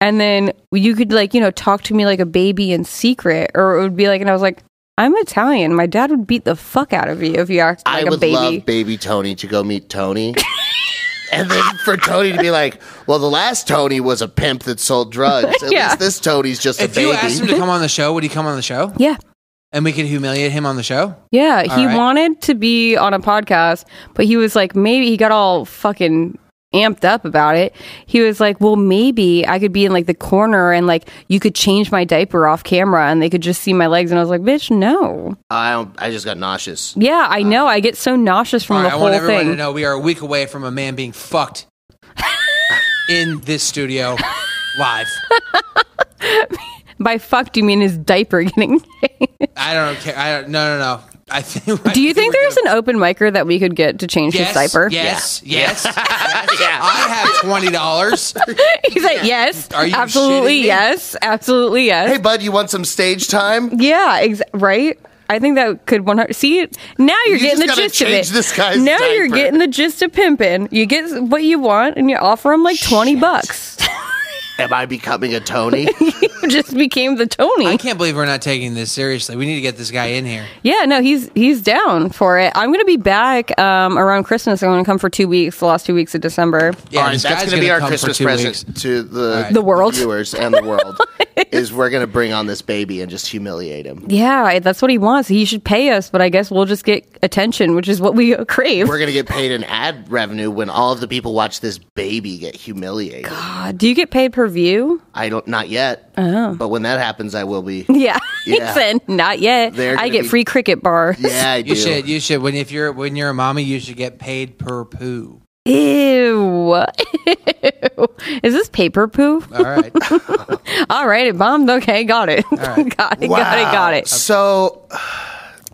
[SPEAKER 2] and then you could like you know talk to me like a baby in secret, or it would be like, and I was like. I'm Italian. My dad would beat the fuck out of you if you act like
[SPEAKER 1] I
[SPEAKER 2] a
[SPEAKER 1] would
[SPEAKER 2] baby.
[SPEAKER 1] love baby Tony to go meet Tony. and then for Tony to be like, well, the last Tony was a pimp that sold drugs. At
[SPEAKER 2] Yeah.
[SPEAKER 1] least this Tony's just a
[SPEAKER 3] if
[SPEAKER 1] baby.
[SPEAKER 3] you asked him to come on the show, would he come on the show?
[SPEAKER 2] yeah.
[SPEAKER 3] And we could humiliate him on the show.
[SPEAKER 2] Yeah, he
[SPEAKER 3] right.
[SPEAKER 2] wanted to be on a podcast, but he was like, maybe he got all fucking amped up about it. He was like, well, maybe I could be in like the corner and like you could change my diaper off camera and they could just see my legs. And I was like, bitch, no.
[SPEAKER 1] I, don't, I just got nauseous.
[SPEAKER 2] Yeah, I know. I get so nauseous from
[SPEAKER 3] All
[SPEAKER 2] the
[SPEAKER 3] right, I want
[SPEAKER 2] whole
[SPEAKER 3] everyone
[SPEAKER 2] thing.
[SPEAKER 3] to know we are a week away from a man being fucked in this studio live.
[SPEAKER 2] By fuck, do you mean his diaper getting?
[SPEAKER 3] I don't care. I don't. No, no, no. I think. I
[SPEAKER 2] do you think
[SPEAKER 3] we're
[SPEAKER 2] there's
[SPEAKER 3] gonna-
[SPEAKER 2] an open micer that we could get to change
[SPEAKER 3] yes,
[SPEAKER 2] his diaper?
[SPEAKER 3] Yes, yes, yes. I have twenty dollars.
[SPEAKER 2] He's like, yes,
[SPEAKER 3] Are you
[SPEAKER 2] absolutely,
[SPEAKER 3] shitting me?
[SPEAKER 2] yes, absolutely, yes.
[SPEAKER 1] Hey, bud, you want some stage time?
[SPEAKER 2] Yeah, ex- right. I think that could one hundred. See, now you're
[SPEAKER 1] You
[SPEAKER 2] getting
[SPEAKER 1] just
[SPEAKER 2] the
[SPEAKER 1] gotta
[SPEAKER 2] gist of
[SPEAKER 1] change
[SPEAKER 2] it.
[SPEAKER 1] this guy's
[SPEAKER 2] now you're
[SPEAKER 1] diaper.
[SPEAKER 2] getting the gist of pimping. You get what you want, and you offer him like twenty bucks.
[SPEAKER 1] Am I becoming a Tony?
[SPEAKER 2] You just became the
[SPEAKER 3] I
[SPEAKER 2] Tony.
[SPEAKER 3] can't believe we're not taking this seriously. We need to get this guy in here.
[SPEAKER 2] Yeah, no, he's he's down for it. I'm gonna be back um, around Christmas. I'm gonna come for two weeks, the last two weeks of December.
[SPEAKER 3] Yeah,
[SPEAKER 1] All right,
[SPEAKER 3] this
[SPEAKER 1] that's
[SPEAKER 3] guy's
[SPEAKER 1] going to be our
[SPEAKER 3] come for
[SPEAKER 1] Christmas
[SPEAKER 3] two
[SPEAKER 1] present
[SPEAKER 3] weeks.
[SPEAKER 1] to the,
[SPEAKER 3] right.
[SPEAKER 2] The world.
[SPEAKER 1] viewers and the world is we're going to bring on this baby and just humiliate him.
[SPEAKER 2] Yeah, I- that's what he wants. He should pay us, but I guess we'll just get attention, which is what we crave.
[SPEAKER 1] We're going to get paid in ad revenue when all of the people watch this baby get humiliated.
[SPEAKER 2] Uh, do you get paid per view?
[SPEAKER 1] I don't not yet.
[SPEAKER 2] Oh.
[SPEAKER 1] But when that happens I will be.
[SPEAKER 2] Yeah,
[SPEAKER 1] Yeah.
[SPEAKER 2] he said not yet.
[SPEAKER 1] They're
[SPEAKER 2] I
[SPEAKER 1] gonna
[SPEAKER 2] get
[SPEAKER 1] be-
[SPEAKER 2] free cricket bars.
[SPEAKER 1] Yeah, I do.
[SPEAKER 3] You should. You should. When if you're when you're a mommy, you should get paid per poo.
[SPEAKER 2] Ew. Ew. Is this paper poo?
[SPEAKER 3] All right.
[SPEAKER 2] All right, it bombed. Okay, got it. got it, got it, got it.
[SPEAKER 1] So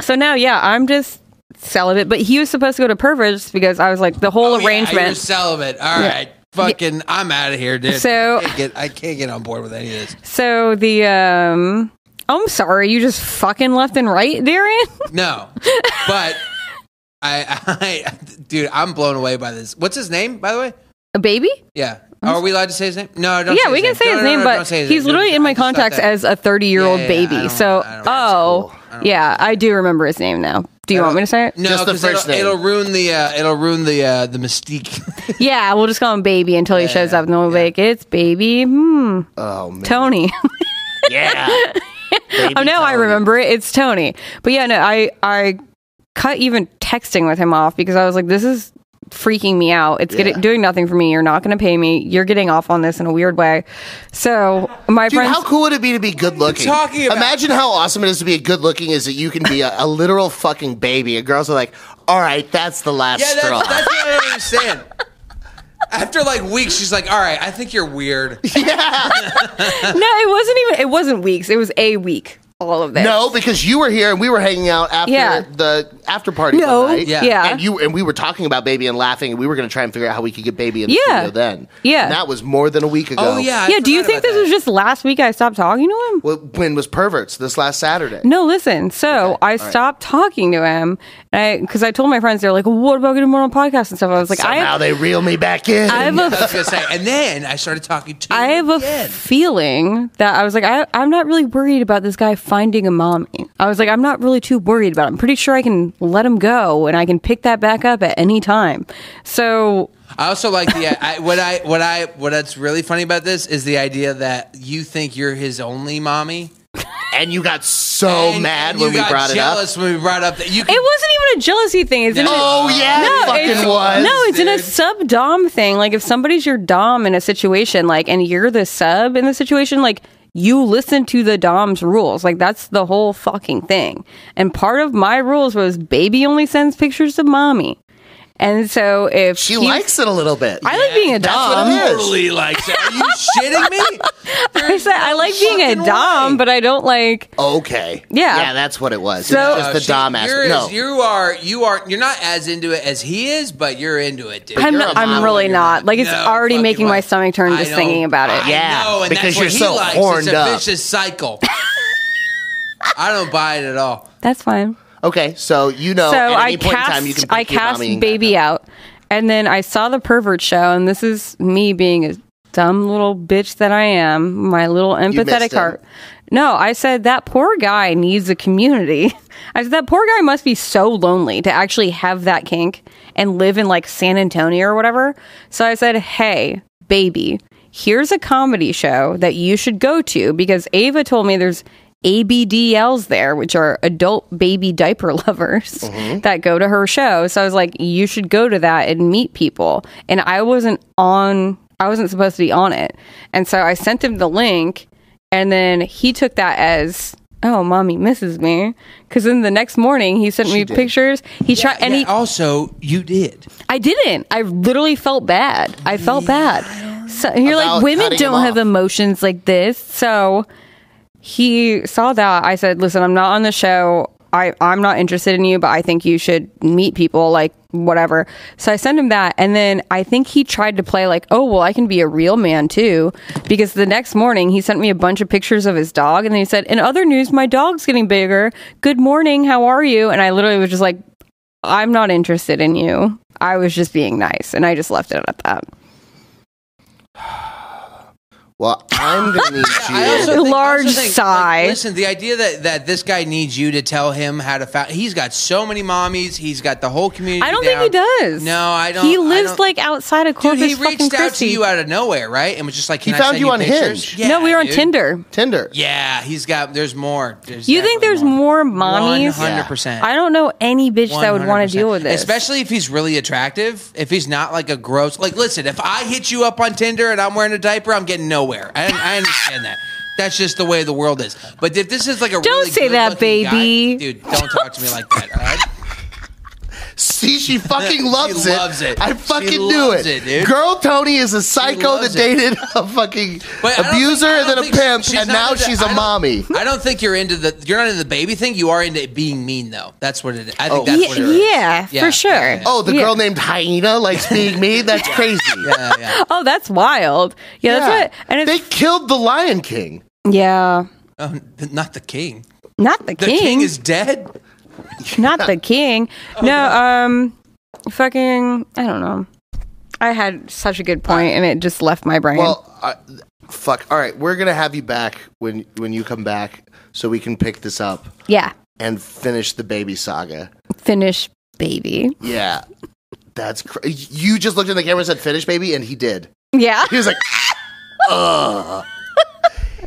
[SPEAKER 2] So now, yeah, I'm just celibate, but he was supposed to go to Purvis because I was like, the whole
[SPEAKER 3] Oh, yeah, you're
[SPEAKER 2] arrangement.
[SPEAKER 3] celibate. All right. Fucking, I'm out of here, dude.
[SPEAKER 2] So-
[SPEAKER 3] I can't, get, I can't get on board with any of this.
[SPEAKER 2] so the, um, I'm sorry, you just fucking left and right, Darian?
[SPEAKER 3] No, but I, I, dude, I'm blown away by this. What's his name, by the way?
[SPEAKER 2] A baby?
[SPEAKER 3] Yeah. Are we allowed to say his name? No, don't.
[SPEAKER 2] yeah, we can
[SPEAKER 3] his
[SPEAKER 2] say
[SPEAKER 3] name.
[SPEAKER 2] his
[SPEAKER 3] No, no,
[SPEAKER 2] name,
[SPEAKER 3] no, no,
[SPEAKER 2] but
[SPEAKER 3] don't say his
[SPEAKER 2] he's
[SPEAKER 3] name.
[SPEAKER 2] literally in
[SPEAKER 3] I
[SPEAKER 2] my
[SPEAKER 3] just thought
[SPEAKER 2] contacts
[SPEAKER 3] that-
[SPEAKER 2] as a 30 year old
[SPEAKER 3] Yeah, yeah, yeah, I
[SPEAKER 2] baby.
[SPEAKER 3] don't-
[SPEAKER 2] So,
[SPEAKER 3] I don't- that's
[SPEAKER 2] oh,
[SPEAKER 3] cool. I don't-
[SPEAKER 2] yeah, I do remember his name now. Do you want me to say it?
[SPEAKER 3] No,
[SPEAKER 1] Just the
[SPEAKER 3] 'cause
[SPEAKER 1] first
[SPEAKER 3] it'll,
[SPEAKER 1] name.
[SPEAKER 3] it'll ruin the uh, it'll ruin the uh, the mystique.
[SPEAKER 2] Yeah, we'll just call him Baby until he shows up, and then we'll be like, "It's Baby." Hmm,
[SPEAKER 1] oh man.
[SPEAKER 2] Tony.
[SPEAKER 1] Yeah.
[SPEAKER 2] oh, now I remember it. It's Tony. But yeah, no, I I cut even texting with him off because I was like, "This is freaking me out. It's
[SPEAKER 1] Yeah.
[SPEAKER 2] getting, doing nothing for me. You're not going to pay me. You're getting off on this in a weird way." So my
[SPEAKER 1] Dude,
[SPEAKER 2] friends,
[SPEAKER 1] how cool would it be to be good looking?
[SPEAKER 3] talking about?
[SPEAKER 1] Imagine how awesome it is to be a good looking is that you can be a, a literal fucking baby. And girls are like, all right, that's the last
[SPEAKER 3] yeah,
[SPEAKER 1] straw.
[SPEAKER 3] that's, that's what I don't understand. After like weeks, she's like, "All right, I think you're weird."
[SPEAKER 2] no, it wasn't even. It wasn't weeks. It was a week. All of this.
[SPEAKER 1] no, because you were here and we were hanging out after
[SPEAKER 2] Yeah.
[SPEAKER 1] the after party.
[SPEAKER 2] No.
[SPEAKER 1] one night.
[SPEAKER 2] Yeah.
[SPEAKER 3] Yeah.
[SPEAKER 1] And you and we were talking about baby and laughing, and we were going to try and figure out how we could get baby in the
[SPEAKER 2] Yeah.
[SPEAKER 1] studio then.
[SPEAKER 2] Yeah.
[SPEAKER 1] and that was more than a week ago.
[SPEAKER 3] Oh yeah. I
[SPEAKER 2] yeah. Do you think
[SPEAKER 3] forgot about
[SPEAKER 2] this
[SPEAKER 3] that.
[SPEAKER 2] was just last week? I stopped talking to him.
[SPEAKER 1] Well, when was perverts this last Saturday?
[SPEAKER 2] No, listen. So I
[SPEAKER 1] right.
[SPEAKER 2] stopped talking to him because I, told my friends they're like, "What about getting more on podcasts and stuff?" I was like, "I
[SPEAKER 1] Somehow
[SPEAKER 2] have,
[SPEAKER 1] they reel me back in.
[SPEAKER 2] I have
[SPEAKER 3] I
[SPEAKER 2] a,
[SPEAKER 3] was gonna say, and then I started talking to.
[SPEAKER 2] I have
[SPEAKER 3] him
[SPEAKER 2] a
[SPEAKER 3] again.
[SPEAKER 2] feeling that I was like, I, I'm not really worried about this guy finding a mommy. I was like, I'm not really too worried about. It. I'm pretty sure I can let him go and I can pick that back up at any time. So
[SPEAKER 3] I also like the I, what I what I what that's really funny about this is the idea that you think you're his only mommy.
[SPEAKER 1] and you got so
[SPEAKER 3] And-
[SPEAKER 1] mad
[SPEAKER 3] and
[SPEAKER 1] when
[SPEAKER 3] you
[SPEAKER 1] we
[SPEAKER 3] got
[SPEAKER 1] brought it up.
[SPEAKER 3] jealous when we brought up that you.
[SPEAKER 2] it
[SPEAKER 3] Can,
[SPEAKER 2] wasn't even a jealousy thing. It's an-
[SPEAKER 1] Oh yeah, it fucking
[SPEAKER 2] it's,
[SPEAKER 1] was.
[SPEAKER 2] No, it's in a
[SPEAKER 3] dude.
[SPEAKER 2] sub dom thing. Like if somebody's your dom in a situation, like and you're the sub in the situation, like you listen to the dom's rules. Like that's the whole fucking thing. And part of my rules was baby only sends pictures to mommy. And so if
[SPEAKER 1] she
[SPEAKER 2] he-
[SPEAKER 1] likes it a little bit.
[SPEAKER 2] I like being a
[SPEAKER 1] That's what
[SPEAKER 2] dom.
[SPEAKER 1] it is.
[SPEAKER 3] totally like that. Are you shitting me?
[SPEAKER 2] I said I like being a
[SPEAKER 3] fucking
[SPEAKER 2] dom,
[SPEAKER 3] way.
[SPEAKER 2] but I don't like
[SPEAKER 1] Okay.
[SPEAKER 2] Yeah.
[SPEAKER 1] Yeah, that's what it was.
[SPEAKER 2] So-
[SPEAKER 1] it's just the
[SPEAKER 3] she-
[SPEAKER 1] dom aspect. No.
[SPEAKER 3] Oh, You're, you are you are you're not as into it as he is, but you're into it, dude.
[SPEAKER 2] I'm
[SPEAKER 1] you're a
[SPEAKER 2] I'm
[SPEAKER 1] mom
[SPEAKER 2] really
[SPEAKER 1] when you're
[SPEAKER 2] not. Like it's
[SPEAKER 3] No
[SPEAKER 2] already
[SPEAKER 3] fucking
[SPEAKER 2] making
[SPEAKER 3] way.
[SPEAKER 2] my stomach turn
[SPEAKER 3] I
[SPEAKER 2] just
[SPEAKER 3] know.
[SPEAKER 2] thinking about it.
[SPEAKER 3] I
[SPEAKER 1] Yeah,
[SPEAKER 3] know, and
[SPEAKER 1] because
[SPEAKER 3] that's what
[SPEAKER 1] you're
[SPEAKER 3] he
[SPEAKER 1] so
[SPEAKER 3] likes.
[SPEAKER 1] horned
[SPEAKER 3] it's a
[SPEAKER 1] up.
[SPEAKER 3] vicious cycle. I don't buy it at all.
[SPEAKER 2] That's fine.
[SPEAKER 1] Okay, so you know
[SPEAKER 2] so
[SPEAKER 1] at any
[SPEAKER 2] I
[SPEAKER 1] point
[SPEAKER 2] cast
[SPEAKER 1] in time you can pick
[SPEAKER 2] I
[SPEAKER 1] your
[SPEAKER 2] cast
[SPEAKER 1] mommy and
[SPEAKER 2] baby
[SPEAKER 1] grandpa.
[SPEAKER 2] out, and then I saw the pervert show, and this is me being a dumb little bitch that I am, my little empathetic
[SPEAKER 1] missed him.
[SPEAKER 2] heart. No, I said that poor guy needs a community. I said that poor guy must be so lonely to actually have that kink and live in like San Antonio or whatever. So I said, "Hey, baby, here's a comedy show that you should go to because Ava told me there's ABDLs there, which are adult baby diaper lovers
[SPEAKER 3] Mm-hmm.
[SPEAKER 2] that go to her show. So I was like, you should go to that and meet people. And I wasn't on, I wasn't supposed to be on it. And so I sent him the link. And then he took that as, oh, mommy misses me. Cause then the next morning he sent me pictures. He tried, and
[SPEAKER 3] Yeah,
[SPEAKER 2] he,
[SPEAKER 3] also, you did.
[SPEAKER 2] I didn't. I literally felt bad. I felt bad. So and you're
[SPEAKER 1] About
[SPEAKER 2] like, women
[SPEAKER 1] cutting him
[SPEAKER 2] don't have
[SPEAKER 1] off.
[SPEAKER 2] emotions like this. So he saw that. I said, listen, I'm not on the show. I, I'm not interested in you, but I think you should meet people. Like, whatever. So I sent him that. And then I think he tried to play like, oh, well, I can be a real man too. Because the next morning he sent me a bunch of pictures of his dog. And then he said, in other news, my dog's getting bigger. Good morning. How are you? And I literally was just like, I'm not interested in you. I was just being nice. And I just left it at that.
[SPEAKER 1] Well, I'm going to need you.
[SPEAKER 3] I also think- I also
[SPEAKER 2] Large
[SPEAKER 3] think, like,
[SPEAKER 2] sigh.
[SPEAKER 3] listen, the idea that, that this guy needs you to tell him how to fa- he's got so many mommies. He's got the whole community.
[SPEAKER 2] I don't
[SPEAKER 3] down.
[SPEAKER 2] think he does.
[SPEAKER 3] No, I don't.
[SPEAKER 2] He
[SPEAKER 3] I
[SPEAKER 2] lives
[SPEAKER 3] don't-
[SPEAKER 2] like outside of
[SPEAKER 3] Dude,
[SPEAKER 2] Corpus
[SPEAKER 3] he
[SPEAKER 2] fucking
[SPEAKER 3] reached out
[SPEAKER 2] Christi.
[SPEAKER 3] to you out of nowhere, right? And was just like, Can I
[SPEAKER 1] found
[SPEAKER 3] send
[SPEAKER 1] you on
[SPEAKER 3] pictures?
[SPEAKER 1] Hinge.
[SPEAKER 3] Yeah,
[SPEAKER 2] no, we were on
[SPEAKER 3] dude.
[SPEAKER 2] Tinder.
[SPEAKER 1] Tinder.
[SPEAKER 3] Yeah, he's got. There's more. There's
[SPEAKER 2] You think
[SPEAKER 3] definitely
[SPEAKER 2] there's more mommies?
[SPEAKER 3] One hundred percent.
[SPEAKER 2] I don't know any bitch that would want to deal with this.
[SPEAKER 3] especially if he's really attractive. If he's not like a gross, like listen, if I hit you up on Tinder and I'm wearing a diaper, I'm getting nowhere. I, I understand that. That's just the way the world is. But if this is like a
[SPEAKER 2] Don't
[SPEAKER 3] really
[SPEAKER 2] say that,
[SPEAKER 3] good-looking guy-
[SPEAKER 2] baby.
[SPEAKER 3] dude, don't talk to me like that. All right.
[SPEAKER 1] See, she fucking
[SPEAKER 3] She
[SPEAKER 1] loves, it.
[SPEAKER 3] loves it.
[SPEAKER 1] I
[SPEAKER 3] She
[SPEAKER 1] fucking knew
[SPEAKER 3] loves
[SPEAKER 1] it.
[SPEAKER 3] it, dude.
[SPEAKER 1] Girl Tony is a psycho that
[SPEAKER 3] loves it.
[SPEAKER 1] dated a fucking
[SPEAKER 3] But I don't
[SPEAKER 1] abuser
[SPEAKER 3] think- I
[SPEAKER 1] and then
[SPEAKER 3] don't
[SPEAKER 1] a
[SPEAKER 3] think
[SPEAKER 1] pimp,
[SPEAKER 3] she's
[SPEAKER 1] and
[SPEAKER 3] not
[SPEAKER 1] now
[SPEAKER 3] into-
[SPEAKER 1] she's
[SPEAKER 3] I
[SPEAKER 1] a
[SPEAKER 3] don't-
[SPEAKER 1] mommy.
[SPEAKER 3] I don't think you're into the. You're not into the baby thing. You are into being mean, though. That's what it. I think
[SPEAKER 1] Oh.
[SPEAKER 3] that's
[SPEAKER 2] yeah,
[SPEAKER 3] what it is.
[SPEAKER 2] yeah,
[SPEAKER 3] Yeah,
[SPEAKER 2] for sure.
[SPEAKER 3] yeah, yeah.
[SPEAKER 1] Oh, the
[SPEAKER 2] Yeah.
[SPEAKER 1] girl named Hyena likes being me? That's crazy.
[SPEAKER 3] Yeah, yeah.
[SPEAKER 2] Oh, that's wild. Yeah,
[SPEAKER 1] Yeah.
[SPEAKER 2] that's what. And
[SPEAKER 1] they
[SPEAKER 2] it's
[SPEAKER 1] killed the Lion King.
[SPEAKER 2] yeah,
[SPEAKER 3] Oh, not the king.
[SPEAKER 2] not the,
[SPEAKER 3] The
[SPEAKER 2] king,
[SPEAKER 3] king is Oh, dead.
[SPEAKER 2] not the king. No, um, fucking, I don't know. I had such a good point, and it just left my brain.
[SPEAKER 1] Well, I, fuck. All right, we're gonna have you back when when you come back, so we can pick this up
[SPEAKER 2] yeah,
[SPEAKER 1] and finish the baby saga.
[SPEAKER 2] finish, baby.
[SPEAKER 1] Yeah, that's cr- you just looked in the camera and said "finish, baby," and he did.
[SPEAKER 2] Yeah.
[SPEAKER 1] He was like, "Ah!" "Ugh."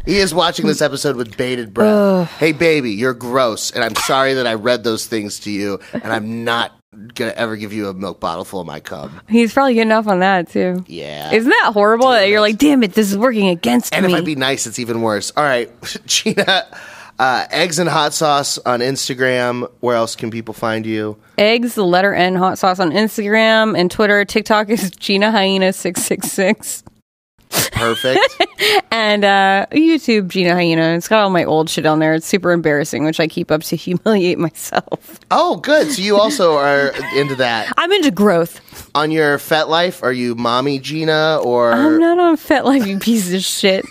[SPEAKER 1] He is watching this episode with bated breath. Hey, baby, you're gross, and I'm sorry that I read those things to you, and I'm not gonna ever give you a milk bottle full of my cum.
[SPEAKER 2] He's probably getting off on that too.
[SPEAKER 1] Yeah.
[SPEAKER 2] Isn't that horrible that you're like, damn it, this is working against
[SPEAKER 1] And
[SPEAKER 2] me?
[SPEAKER 1] if I be nice, it's even worse. All right, Gina, uh, eggs and hot sauce on Instagram. Where else can people find you?
[SPEAKER 2] Eggs, the letter N, hot sauce on Instagram and Twitter. TikTok is Gina Hyena six six six,
[SPEAKER 1] Perfect.
[SPEAKER 2] and uh, YouTube Gina Hyena. It's got all my old shit on there. It's super embarrassing, which I keep up to humiliate myself.
[SPEAKER 1] oh, good. So you also are into that.
[SPEAKER 2] I'm into growth.
[SPEAKER 1] On your Fet Life, are you mommy Gina or
[SPEAKER 2] I'm not on FetLife, you piece of shit.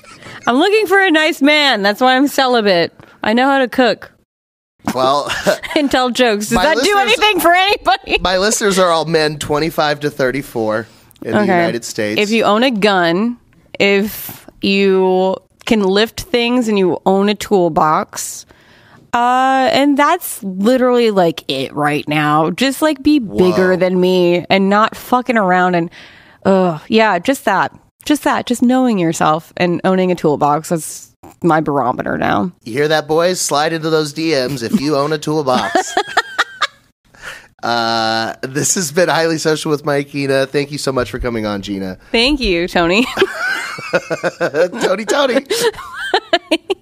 [SPEAKER 2] I'm looking for a nice man. That's why I'm celibate. I know how to cook
[SPEAKER 1] well?
[SPEAKER 2] and tell jokes. Does
[SPEAKER 1] My
[SPEAKER 2] that do
[SPEAKER 1] listeners-
[SPEAKER 2] anything for anybody?
[SPEAKER 1] my listeners are all men, twenty-five to thirty-four in the United States.
[SPEAKER 2] If you own a gun, if you can lift things and you own a toolbox, uh, and that's literally like it right now. Just like be bigger than me and not fucking around and, ugh, yeah, just that, just that, just knowing yourself and owning a toolbox. That's my barometer now.
[SPEAKER 1] You hear that, boys? Slide into those DMs if you own a toolbox. uh, this has been highly social with Mike Gina. Thank you so much for coming on, Gina.
[SPEAKER 2] Thank you, Tony.
[SPEAKER 1] Tony, Tony.